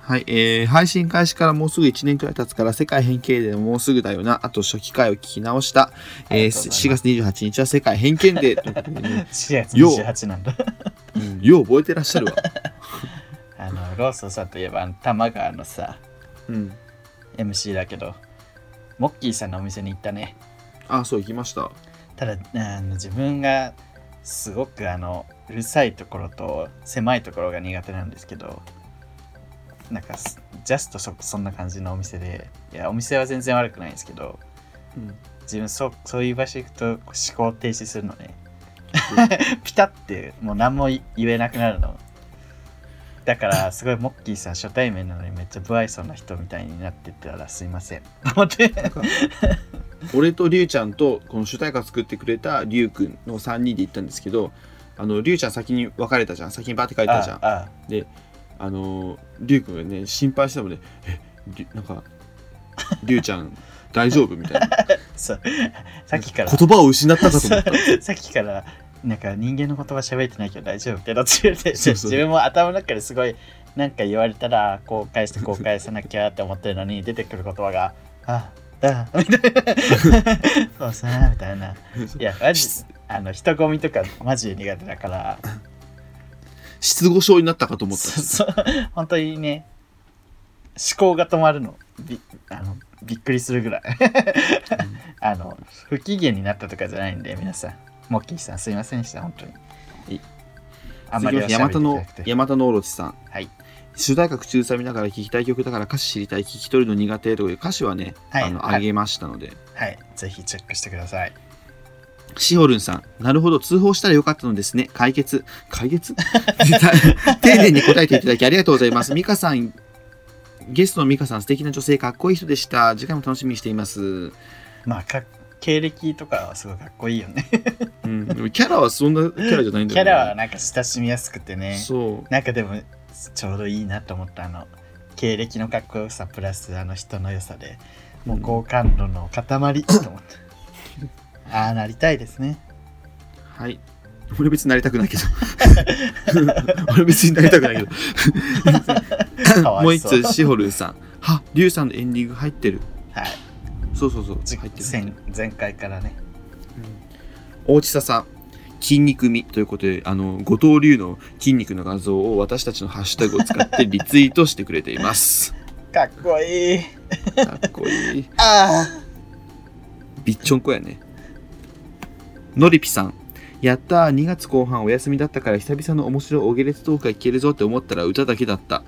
Speaker 1: はい、えー配信開始からもうすぐ1年くらい経つから、世界変形デーももうすぐだよな。あと初期回を聞き直した。えー
Speaker 2: ありがとうございます
Speaker 1: 4月28日は世界変形 デーということでね
Speaker 2: 4月
Speaker 1: よう
Speaker 2: 28なんだ。
Speaker 1: うんよう覚えてらっしゃるわ。
Speaker 2: あの、ローソンさんといえば、あの玉川のさ、
Speaker 1: うん。
Speaker 2: MC だけど、モッキーさんのお店に行ったね。
Speaker 1: あ、そう、行きました。
Speaker 2: ただ、あの自分がすごくあの、うるさいところと狭いところが苦手なんですけど、なんかす、ジャストそそんな感じのお店で、いや、お店は全然悪くないんですけど、
Speaker 1: うん
Speaker 2: 自分そうそういう場所行くと思考停止するのね ピタってもう何も言えなくなるのだからすごいモッキーさん初対面なのにめっちゃ不愛想な人みたいになってたらすいません待って
Speaker 1: 俺とりゅうちゃんとこの主題歌作ってくれたりゅうくんの3人で行ったんですけどあのりゅうちゃん先に別れたじゃん先にバーって書いたじゃんあ
Speaker 2: あ
Speaker 1: のりゅうくんがね心配してたもんねえりなんかりゅうちゃん大丈夫み たいな
Speaker 2: あそうさっきから
Speaker 1: 言葉を失ったかと思った
Speaker 2: さっきからなんか人間の言葉喋ってないけど大丈夫ってなって言われて
Speaker 1: そうそう
Speaker 2: 自分も頭の中ですごいなんか言われたらこう返してこう返さなきゃって思ってるのに出てくる言葉が「ああみた いな「そうさ」みたいな。いやマジあの人混みとかマジで苦手だから
Speaker 1: 失語症になったかと思った
Speaker 2: そう そう本当にね思考が止まるのびあのびっくりするぐらい あの不機嫌になったとかじゃないんで皆さんモッキーさんすいませんでした本当に
Speaker 1: い
Speaker 2: あんまりおしゃべ
Speaker 1: ヤマ
Speaker 2: り
Speaker 1: タ
Speaker 2: でき
Speaker 1: の
Speaker 2: なくて
Speaker 1: ヤマタのオロチさん
Speaker 2: はい
Speaker 1: 主題歌口ずさみながら聴きたい曲だから歌詞知りたい聞き取るの苦手という歌詞はね、
Speaker 2: はい
Speaker 1: あの
Speaker 2: はい
Speaker 1: 上げましたので
Speaker 2: はい、ぜひチェックしてください。
Speaker 1: シホルンさん、なるほど、通報したらよかったのですね。解決。解決 丁寧に答えていただきありがとうございます。ミカさん、ゲストのミカさん、素敵な女性、かっこいい人でした。次回も楽しみにしています。
Speaker 2: まあ、か経歴とかはすごいかっこいいよね。
Speaker 1: うん、でもキャラはそんなキャラじゃないん
Speaker 2: キ
Speaker 1: だよ
Speaker 2: ャ
Speaker 1: ね。
Speaker 2: ラはなんか親しみやすくてね、
Speaker 1: そ
Speaker 2: なんかでもちょうどいいなと思ったあの、経歴のかっこよさプラスあの人の良さで、もう好感度の塊と 思った。ああ、なりたいですね。
Speaker 1: う。はい。俺別になりたくないけど。 俺別になりたくないけど。
Speaker 2: かわ
Speaker 1: もう
Speaker 2: い
Speaker 1: 一
Speaker 2: そう。
Speaker 1: つ、シホルンさん。は、リュウさんのエンディング入ってる。
Speaker 2: はい、
Speaker 1: そうそうそう。入ってる。
Speaker 2: 前前回からね。
Speaker 1: 大地佐さん筋肉味ということであの後藤龍の筋肉の画像を私たちのハッシュタグを使ってリツイートしてくれています
Speaker 2: かっこいい。
Speaker 1: かっこいい
Speaker 2: あ
Speaker 1: びっちょんこやねのりぴさんやったー2月後半お休みだったから久々の面白いオゲレツトークが聞けるぞって思ったら歌だけだった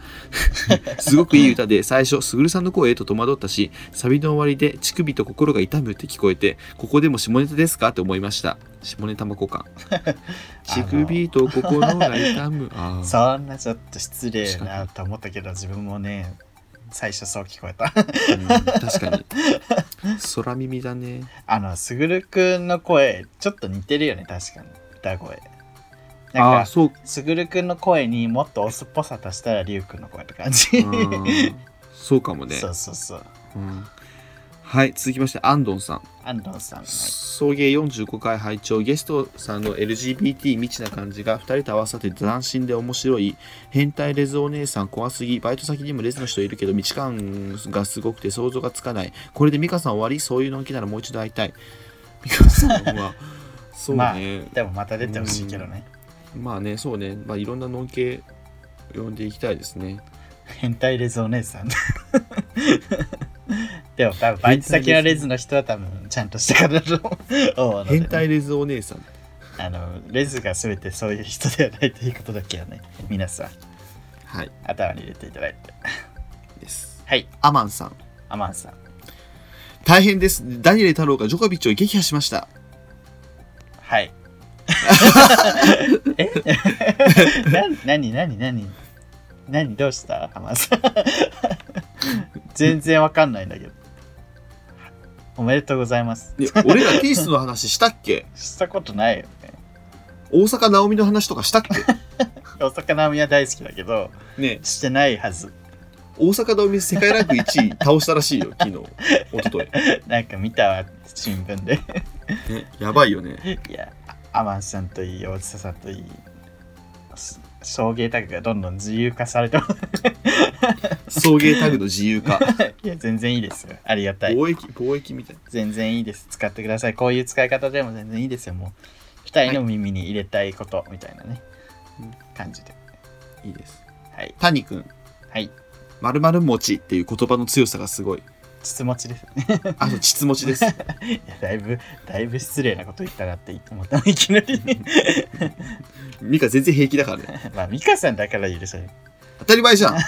Speaker 1: すごくいい歌で最初すぐるさんの声へと戸惑ったしサビの終わりで乳首と心が痛むって聞こえてここでも下ネタですかって思いました下ネタまこ か乳首と心が痛むあ
Speaker 2: あ、
Speaker 1: ー
Speaker 2: そんなちょっと失礼なと思ったけど、自分もね、最初そう聞こえた。
Speaker 1: うん確かに空耳だね
Speaker 2: あの、すぐるくんの声、ちょっと似てるよね、確かに。歌声。
Speaker 1: あ
Speaker 2: な
Speaker 1: あ
Speaker 2: ん
Speaker 1: ー
Speaker 2: か、
Speaker 1: そう
Speaker 2: すぐるくんの声にもっとオスっぽさ足したら、りゅうくんの声って感じ。
Speaker 1: あーそうかもね
Speaker 2: そうそうそう。
Speaker 1: うんはい続きましてアンドンさん
Speaker 2: 安藤さん。
Speaker 1: 送迎45回拝聴ゲストさんの LGBT 未知な感じが2人と合わさって斬新で面白い変態レズお姉さん怖すぎバイト先にもレズの人いるけど道感がすごくて想像がつかないこれで美香さん終わりそういうのんきならもう一度会いたい美香さん はそう
Speaker 2: まあ
Speaker 1: ね、
Speaker 2: でもまた出てほしいけどね。
Speaker 1: まあね、そうね、まあ、いろんなのんけ呼んでいきたいですね。
Speaker 2: 変態レズお姉さん。 でも多分バイト先のレズの人は多分ちゃんとした方だと思うのでね
Speaker 1: 変態レズお姉さん。
Speaker 2: あのレズが全てそういう人ではないということだけはね皆さん
Speaker 1: はい、
Speaker 2: 頭に入れていただいて
Speaker 1: です。
Speaker 2: はい
Speaker 1: アマンさん。
Speaker 2: アマンさん
Speaker 1: 大変です。ダニエル太郎がジョコビッチを撃破しました。
Speaker 2: はいえなになになに何どうしたアマンさん全然わかんないんだけどおめでとうございます
Speaker 1: いや俺らピースの話したっけ
Speaker 2: したことないよね
Speaker 1: 大阪直美の話とかしたっけ
Speaker 2: お魚みは大好きだけど
Speaker 1: ね
Speaker 2: してないはず
Speaker 1: 大阪直美世界ランク1位倒したらしいよ、 昨日、一昨日
Speaker 2: なんか見たわ新聞で
Speaker 1: ね、やばいよね。
Speaker 2: いや、アマンさんといい、大津さんといい、し送迎タグがどんどん自由化されてます。
Speaker 1: 送迎タグの自由化。
Speaker 2: いや、全然いいですよ。ありがたい。
Speaker 1: 貿易、貿易みたいな。
Speaker 2: 全然いいです。使ってください。こういう使い方でも全然いいですよ。もう、二人の耳に入れたいことみたいなね、
Speaker 1: うん
Speaker 2: 感じで。
Speaker 1: いいです。
Speaker 2: はい。
Speaker 1: 谷くん、
Speaker 2: はい。
Speaker 1: まるまる餅っていう言葉の強さがすご い。
Speaker 2: 質持ちですね。
Speaker 1: あと、ちつもち です。
Speaker 2: いや、だいぶ、だいぶ失礼なこと言ったなって思ったの、いきなり。
Speaker 1: ミカ全然平気だからね。
Speaker 2: まあ、ミカさんだから許される。
Speaker 1: 当たり前じゃん
Speaker 2: あ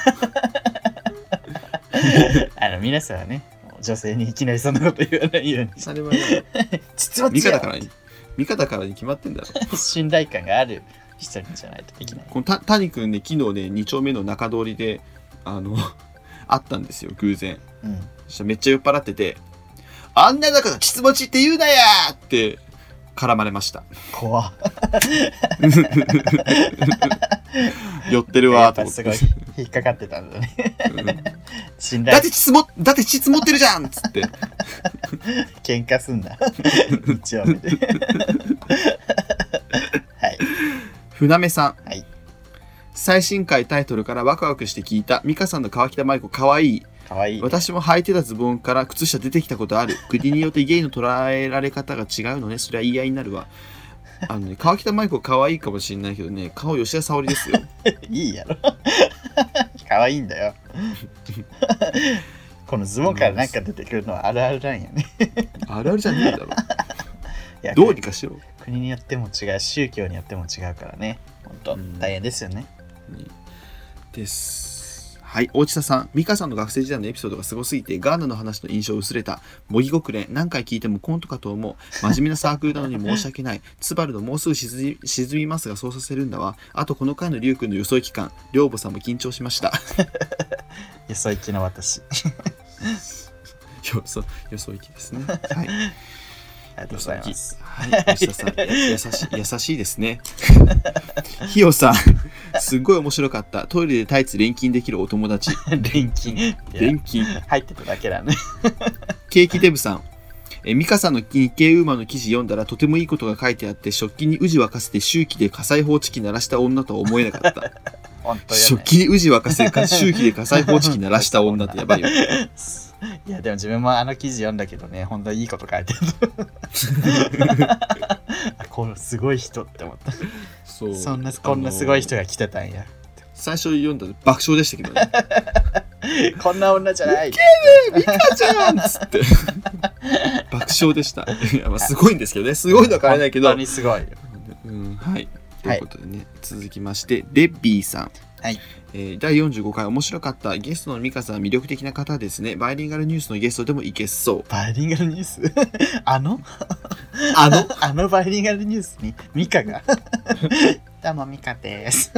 Speaker 2: の、皆さんはね、女性にいきなりそんなこと言わないように。
Speaker 1: 当たり前だよ
Speaker 2: 質持
Speaker 1: 味
Speaker 2: ち
Speaker 1: 方
Speaker 2: よ
Speaker 1: からに味方からに決まってんだろ
Speaker 2: 信頼感がある人じゃないとできない。
Speaker 1: このた谷君ね昨日ね2丁目の中通りであの 会ったんですよ偶然
Speaker 2: うん、
Speaker 1: そしたらめっちゃ酔っ払ってて「あんなのことちつもちって言うなや!」って絡まれました
Speaker 2: 怖っ
Speaker 1: 酔ってる
Speaker 2: や
Speaker 1: わ
Speaker 2: っ
Speaker 1: ーと
Speaker 2: ぱ
Speaker 1: 思っ
Speaker 2: す
Speaker 1: て
Speaker 2: ごい引っかかってたんだね。
Speaker 1: うん
Speaker 2: 信
Speaker 1: だ
Speaker 2: 頼
Speaker 1: ってちつもだってちつもってるじゃんっつ って
Speaker 2: 喧嘩す んな。一応目で。はい。
Speaker 1: 船目さん、
Speaker 2: はい
Speaker 1: 最新回タイトルからワクワクして聞いた美香さんの河北舞子かわいい
Speaker 2: かわいい。
Speaker 1: 私も履いてたズボンから靴下出てきたことある 国によってゲイの捉えられ方が違うのねそれは言い合いになるわあのね川北舞子可愛いかもしれないけどね顔吉田沙保里ですよ
Speaker 2: いいやろ。 かわいいんだよ。 このズボンからなんか出てくるのはあるあるなんやね。
Speaker 1: あるあるじゃねえだろ
Speaker 2: いや
Speaker 1: どうにかしろ
Speaker 2: 国によっても違う、宗教によっても違うからね。本当
Speaker 1: うん
Speaker 2: 大変ですよね。
Speaker 1: ですはい、大地田さん、美香さんの学生時代のエピソードがすごすぎて、ガーナの話の印象薄れた。模擬国連、何回聞いてもコントかと思う。真面目なサークルなのに申し訳ない。ツバルのもうすぐ沈み沈みますが、そうさせるんだわ。あと、この回のリュウ君の予想期間、寮母さんも緊張しました。
Speaker 2: よそ行きの私。
Speaker 1: よそ、 よそ行きですね。はい。
Speaker 2: ありがとうございます。
Speaker 1: はい、吉田さん、や優しい、優しいです ね。ひよさん、すっごい面白かった。トイレでタイツ錬金できるお友達。
Speaker 2: 錬 金。いや
Speaker 1: 錬金。
Speaker 2: 入ってただけだね。
Speaker 1: ケーキデブさん。えー、ミカさんの日経ウーマンの記事読んだらとてもいいことが書いてあって食器に宇治沸かせて周期で火災報知器鳴らした女とは思えな かった、
Speaker 2: 本当よ、
Speaker 1: 食
Speaker 2: ね。
Speaker 1: 器に宇治沸かせか 周期で火災報知器鳴らした女ってやばいよ
Speaker 2: いや、でも自分もあの記事読んだけどね、本当にいいこと書いて る。あこのすごい人って思った。
Speaker 1: そう
Speaker 2: そんな、こんなすごい人
Speaker 1: あの
Speaker 2: が来てた んや。
Speaker 1: 最初読んだら爆笑でしたけどね
Speaker 2: こんな女じゃない。
Speaker 1: あちゃんっつって爆笑でしたいやまあすごいんですけどねすごいのは変えないけど
Speaker 2: 本当にすごいよ。
Speaker 1: うん、はい。と
Speaker 2: はい
Speaker 1: いうことでね、続きまして、デッビーさん。
Speaker 2: はい
Speaker 1: えー第45回面白かったゲストのミカさん魅力的な方ですねバイリンガルニュースのゲストでもいけそう
Speaker 2: バイリンガルニュース あの
Speaker 1: あの
Speaker 2: あのバイリンガルニュースにミカが どうもミカです。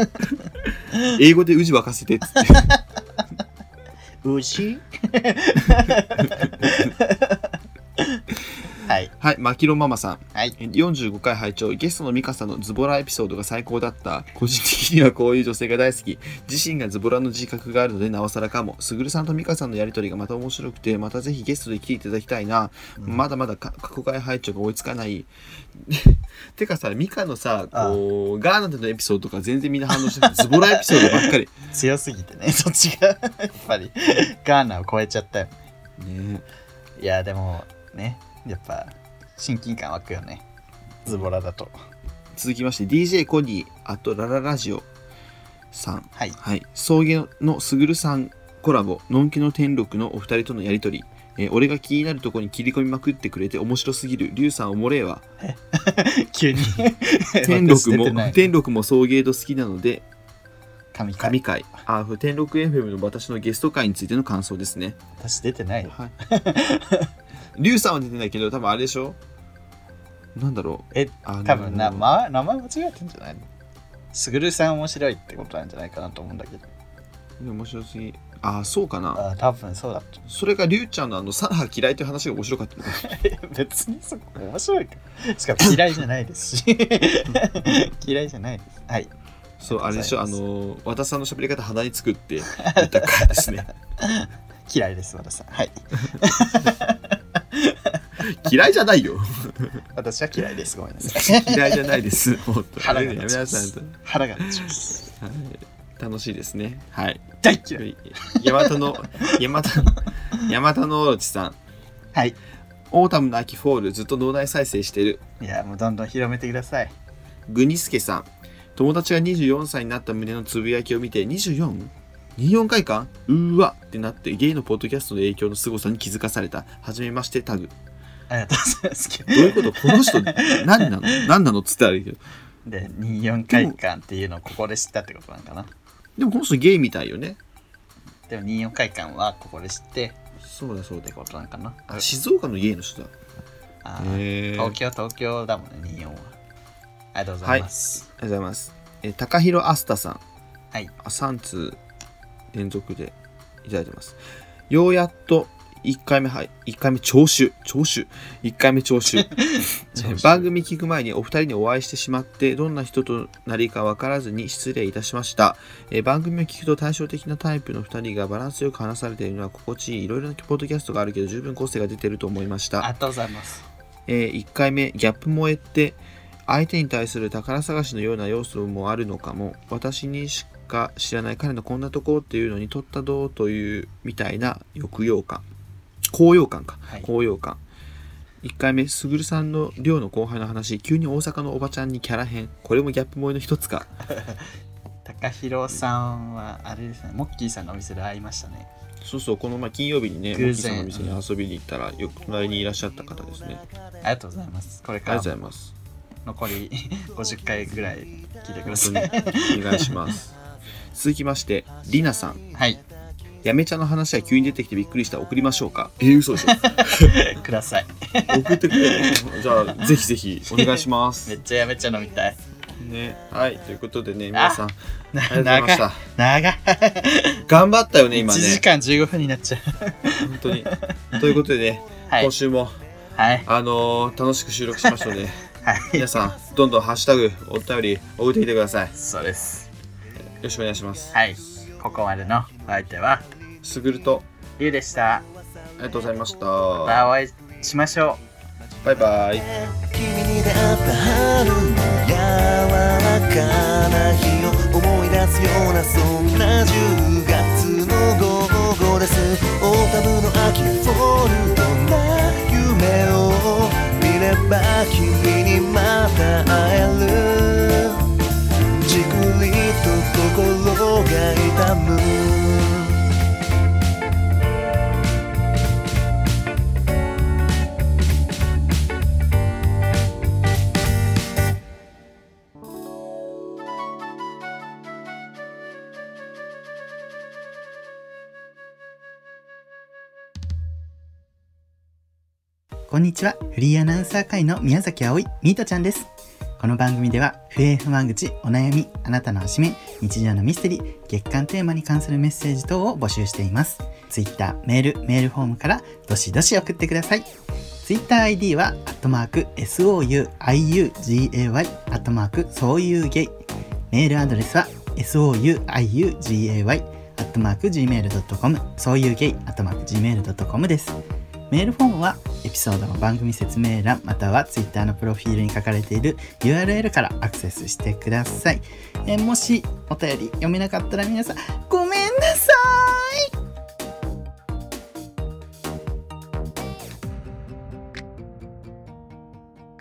Speaker 1: 英語で宇治沸かせてっつって
Speaker 2: 牛はい。
Speaker 1: はいマキロママさん
Speaker 2: はい。
Speaker 1: えー45回拝聴ゲストのミカさんのズボラエピソードが最高だった個人的にはこういう女性が大好き自身がズボラの自覚があるのでなおさらかもすぐるさんとミカさんのやりとりがまた面白くてまたぜひゲストで来ていただきたいな、
Speaker 2: うん
Speaker 1: まだまだか過去回拝聴が追いつかない てかさミカのさこうガーナでのエピソードとか全然みんな反応してないズボラエピソードばっか り
Speaker 2: 強すぎてね、そっちが やっぱりガーナを超えちゃったよ。
Speaker 1: ね
Speaker 2: いや、でもね、やっぱ親近感湧くよね。ズボラだと。
Speaker 1: 続きまして DJ コニーあとラララジオさん
Speaker 2: はい。
Speaker 1: はい、送迎のすぐるさんコラボ、のんきの天禄のお二人とのやりとり、えー俺が気になるとこに切り込みまくってくれて面白すぎる、りゅうさんおもれえわ、
Speaker 2: 急に
Speaker 1: 天禄
Speaker 2: 私出てな
Speaker 1: も、
Speaker 2: い
Speaker 1: 天禄も送迎と好きなので、
Speaker 2: 神神
Speaker 1: 神回、アーフ天禄 FM の私のゲスト会についての感想ですね。
Speaker 2: 私出てないよ。
Speaker 1: はい。 りゅうさんは出てないけど、多分あれでしょなんだろう。
Speaker 2: え、
Speaker 1: あのー
Speaker 2: 多分な、ま、名前間違えてんじゃないのすぐるさん面白いってことなんじゃないかなと思うんだけど。
Speaker 1: 面白すぎ。ああ、そうかな。
Speaker 2: あ多分そうだと。
Speaker 1: それがりゅうちゃんのあの、サラハ嫌いという話が面白かったのか。
Speaker 2: 別にそこ面白いか。しかも嫌いじゃないですし。 嫌いじゃないです。はい。
Speaker 1: そう、あ
Speaker 2: あ
Speaker 1: れ
Speaker 2: り
Speaker 1: で
Speaker 2: が
Speaker 1: し
Speaker 2: とう
Speaker 1: ょ、あ
Speaker 2: ござ
Speaker 1: の、和
Speaker 2: います
Speaker 1: 田さんの喋り方鼻につくって言ったからです ね。
Speaker 2: 嫌いです、私は。はい。
Speaker 1: 嫌いじゃないよ。
Speaker 2: 私は嫌いです。ごめんなさい。
Speaker 1: 嫌いじゃないです。本当
Speaker 2: 腹
Speaker 1: に
Speaker 2: が
Speaker 1: やめ
Speaker 2: 立
Speaker 1: な
Speaker 2: ちます
Speaker 1: さい。
Speaker 2: 腹が立ちます。
Speaker 1: はい、楽しいですね。はい。
Speaker 2: 大嫌い。
Speaker 1: ヤマタの、 ヤマタ、ヤマタのオロチさん。
Speaker 2: はい。
Speaker 1: オータムの秋フォール、ずっと脳内再生してる。
Speaker 2: いや、もうどんどん広めてください。
Speaker 1: グニスケさん。友達が24歳になった胸のつぶやきを見て、24?24 回かうーわってなってゲイのポッドキャストの影響の凄さに気づかされた。はじめましてタグ。
Speaker 2: ありがとうございます。
Speaker 1: どういうことこの人何なの何なのっつってあるけど。
Speaker 2: で、24回間っていうのをここで知ったってことなんかな。
Speaker 1: でもこの人ゲイみたいよね。
Speaker 2: でも24回間はここで知って
Speaker 1: そうだそう
Speaker 2: ってことなんかな。
Speaker 1: だ。静岡のゲイの人だ。
Speaker 2: あ
Speaker 1: え
Speaker 2: ー
Speaker 1: ー
Speaker 2: 東京、東京だもんね、24は。ありがとうございます。
Speaker 1: ありがとうございます。えー、高弘アスタさん。
Speaker 2: はい。
Speaker 1: あ3通連続でいただいてます。ようやっと1回目、はい、1回目聴取、聴取、1回目聴 取。
Speaker 2: 聴取
Speaker 1: 番組聞く前にお二人にお会いしてしまって、どんな人となりか分からずに失礼いたしました。えー番組を聞くと対照的なタイプの二人がバランスよく話されているのは心地いい。いろいろなポッドキャストがあるけど、十分個性が出てると思いまし
Speaker 2: あ
Speaker 1: た
Speaker 2: り。がとうございます。
Speaker 1: えー、1回目ギャップ萌えって相手に対する宝探しのような要素もあるのかも私にしか知らない彼のこんなとこっていうのに取ったどうというみたいな抑揚感高揚感か、
Speaker 2: はい
Speaker 1: 高揚感1回目すぐるさんの寮の後輩の話急に大阪のおばちゃんにキャラ変これもギャップ萌えの一つか
Speaker 2: 高弘さんは、あれですね、モッキーさんのお店で会いましたね。
Speaker 1: そうそうこの前金曜日にね
Speaker 2: 偶然
Speaker 1: モッキーさんの店に遊びに行ったらよく隣にいらっしゃった方ですねあり
Speaker 2: ありがとうございます。これか
Speaker 1: がとうご
Speaker 2: ら
Speaker 1: ざい
Speaker 2: も
Speaker 1: ます
Speaker 2: 残り 50回ぐらい聞いてくださ
Speaker 1: 本
Speaker 2: い。
Speaker 1: 当にお願いします続きましてりなさん
Speaker 2: はい。
Speaker 1: やめちゃの話は急に出てきてびっくりした。送りましょうか。えー、嘘でしょ。
Speaker 6: ください
Speaker 1: 送ってくれるのじゃあ、ぜひぜひお願いしま
Speaker 6: め
Speaker 1: す
Speaker 6: っ。ちゃやめちゃ飲みたい
Speaker 1: ね、はい、ということでね、皆さん、
Speaker 6: な
Speaker 1: ありがとうございました。
Speaker 6: 長い
Speaker 1: 頑張ったよね、今
Speaker 6: 1時
Speaker 1: ね。
Speaker 6: 間15分になっ ちゃう
Speaker 1: 本当に。ということでね、
Speaker 6: はい
Speaker 1: 今週も、
Speaker 6: はい
Speaker 1: あのー楽しく収録しました ので、
Speaker 6: はい
Speaker 1: 皆さん、どんどんハッシュタグ、お便り、送ってきてください。よ
Speaker 6: そうです
Speaker 1: ろしくお願いします。
Speaker 6: はいここまでのお相手は
Speaker 1: すぐると、
Speaker 6: ゆうでした
Speaker 1: ありがとうございました。
Speaker 6: またお会いしましょう
Speaker 1: バイバイ。
Speaker 7: 君に出会った春の柔らかな日を思い出すようなそんな10月の午後ですオータムの秋フォルトな夢を見れば君にまた会えるじくりと心が痛む
Speaker 2: こんにちは。フリーアナウンサー会の宮崎葵、ミートちゃんです。この番組では、不平不満口、お悩み、あなたのおしめ、日常のミステリー、月間テーマに関するメッセージ等を募集しています。Twitter、メール、メールフォームから、どしどし送ってください。TwitterID は、アットマーク、souiugay、アットマーク、そういうゲイ。メールアドレスは、souiugay、アットマーク、gmail.com、そういうゲイ、アットマーク、gmail.com です。メールフォームはエピソードの番組説明欄または Twitter のプロフィールに書かれている URL からアクセスしてください。えーもしお便り読めなかったら皆さんご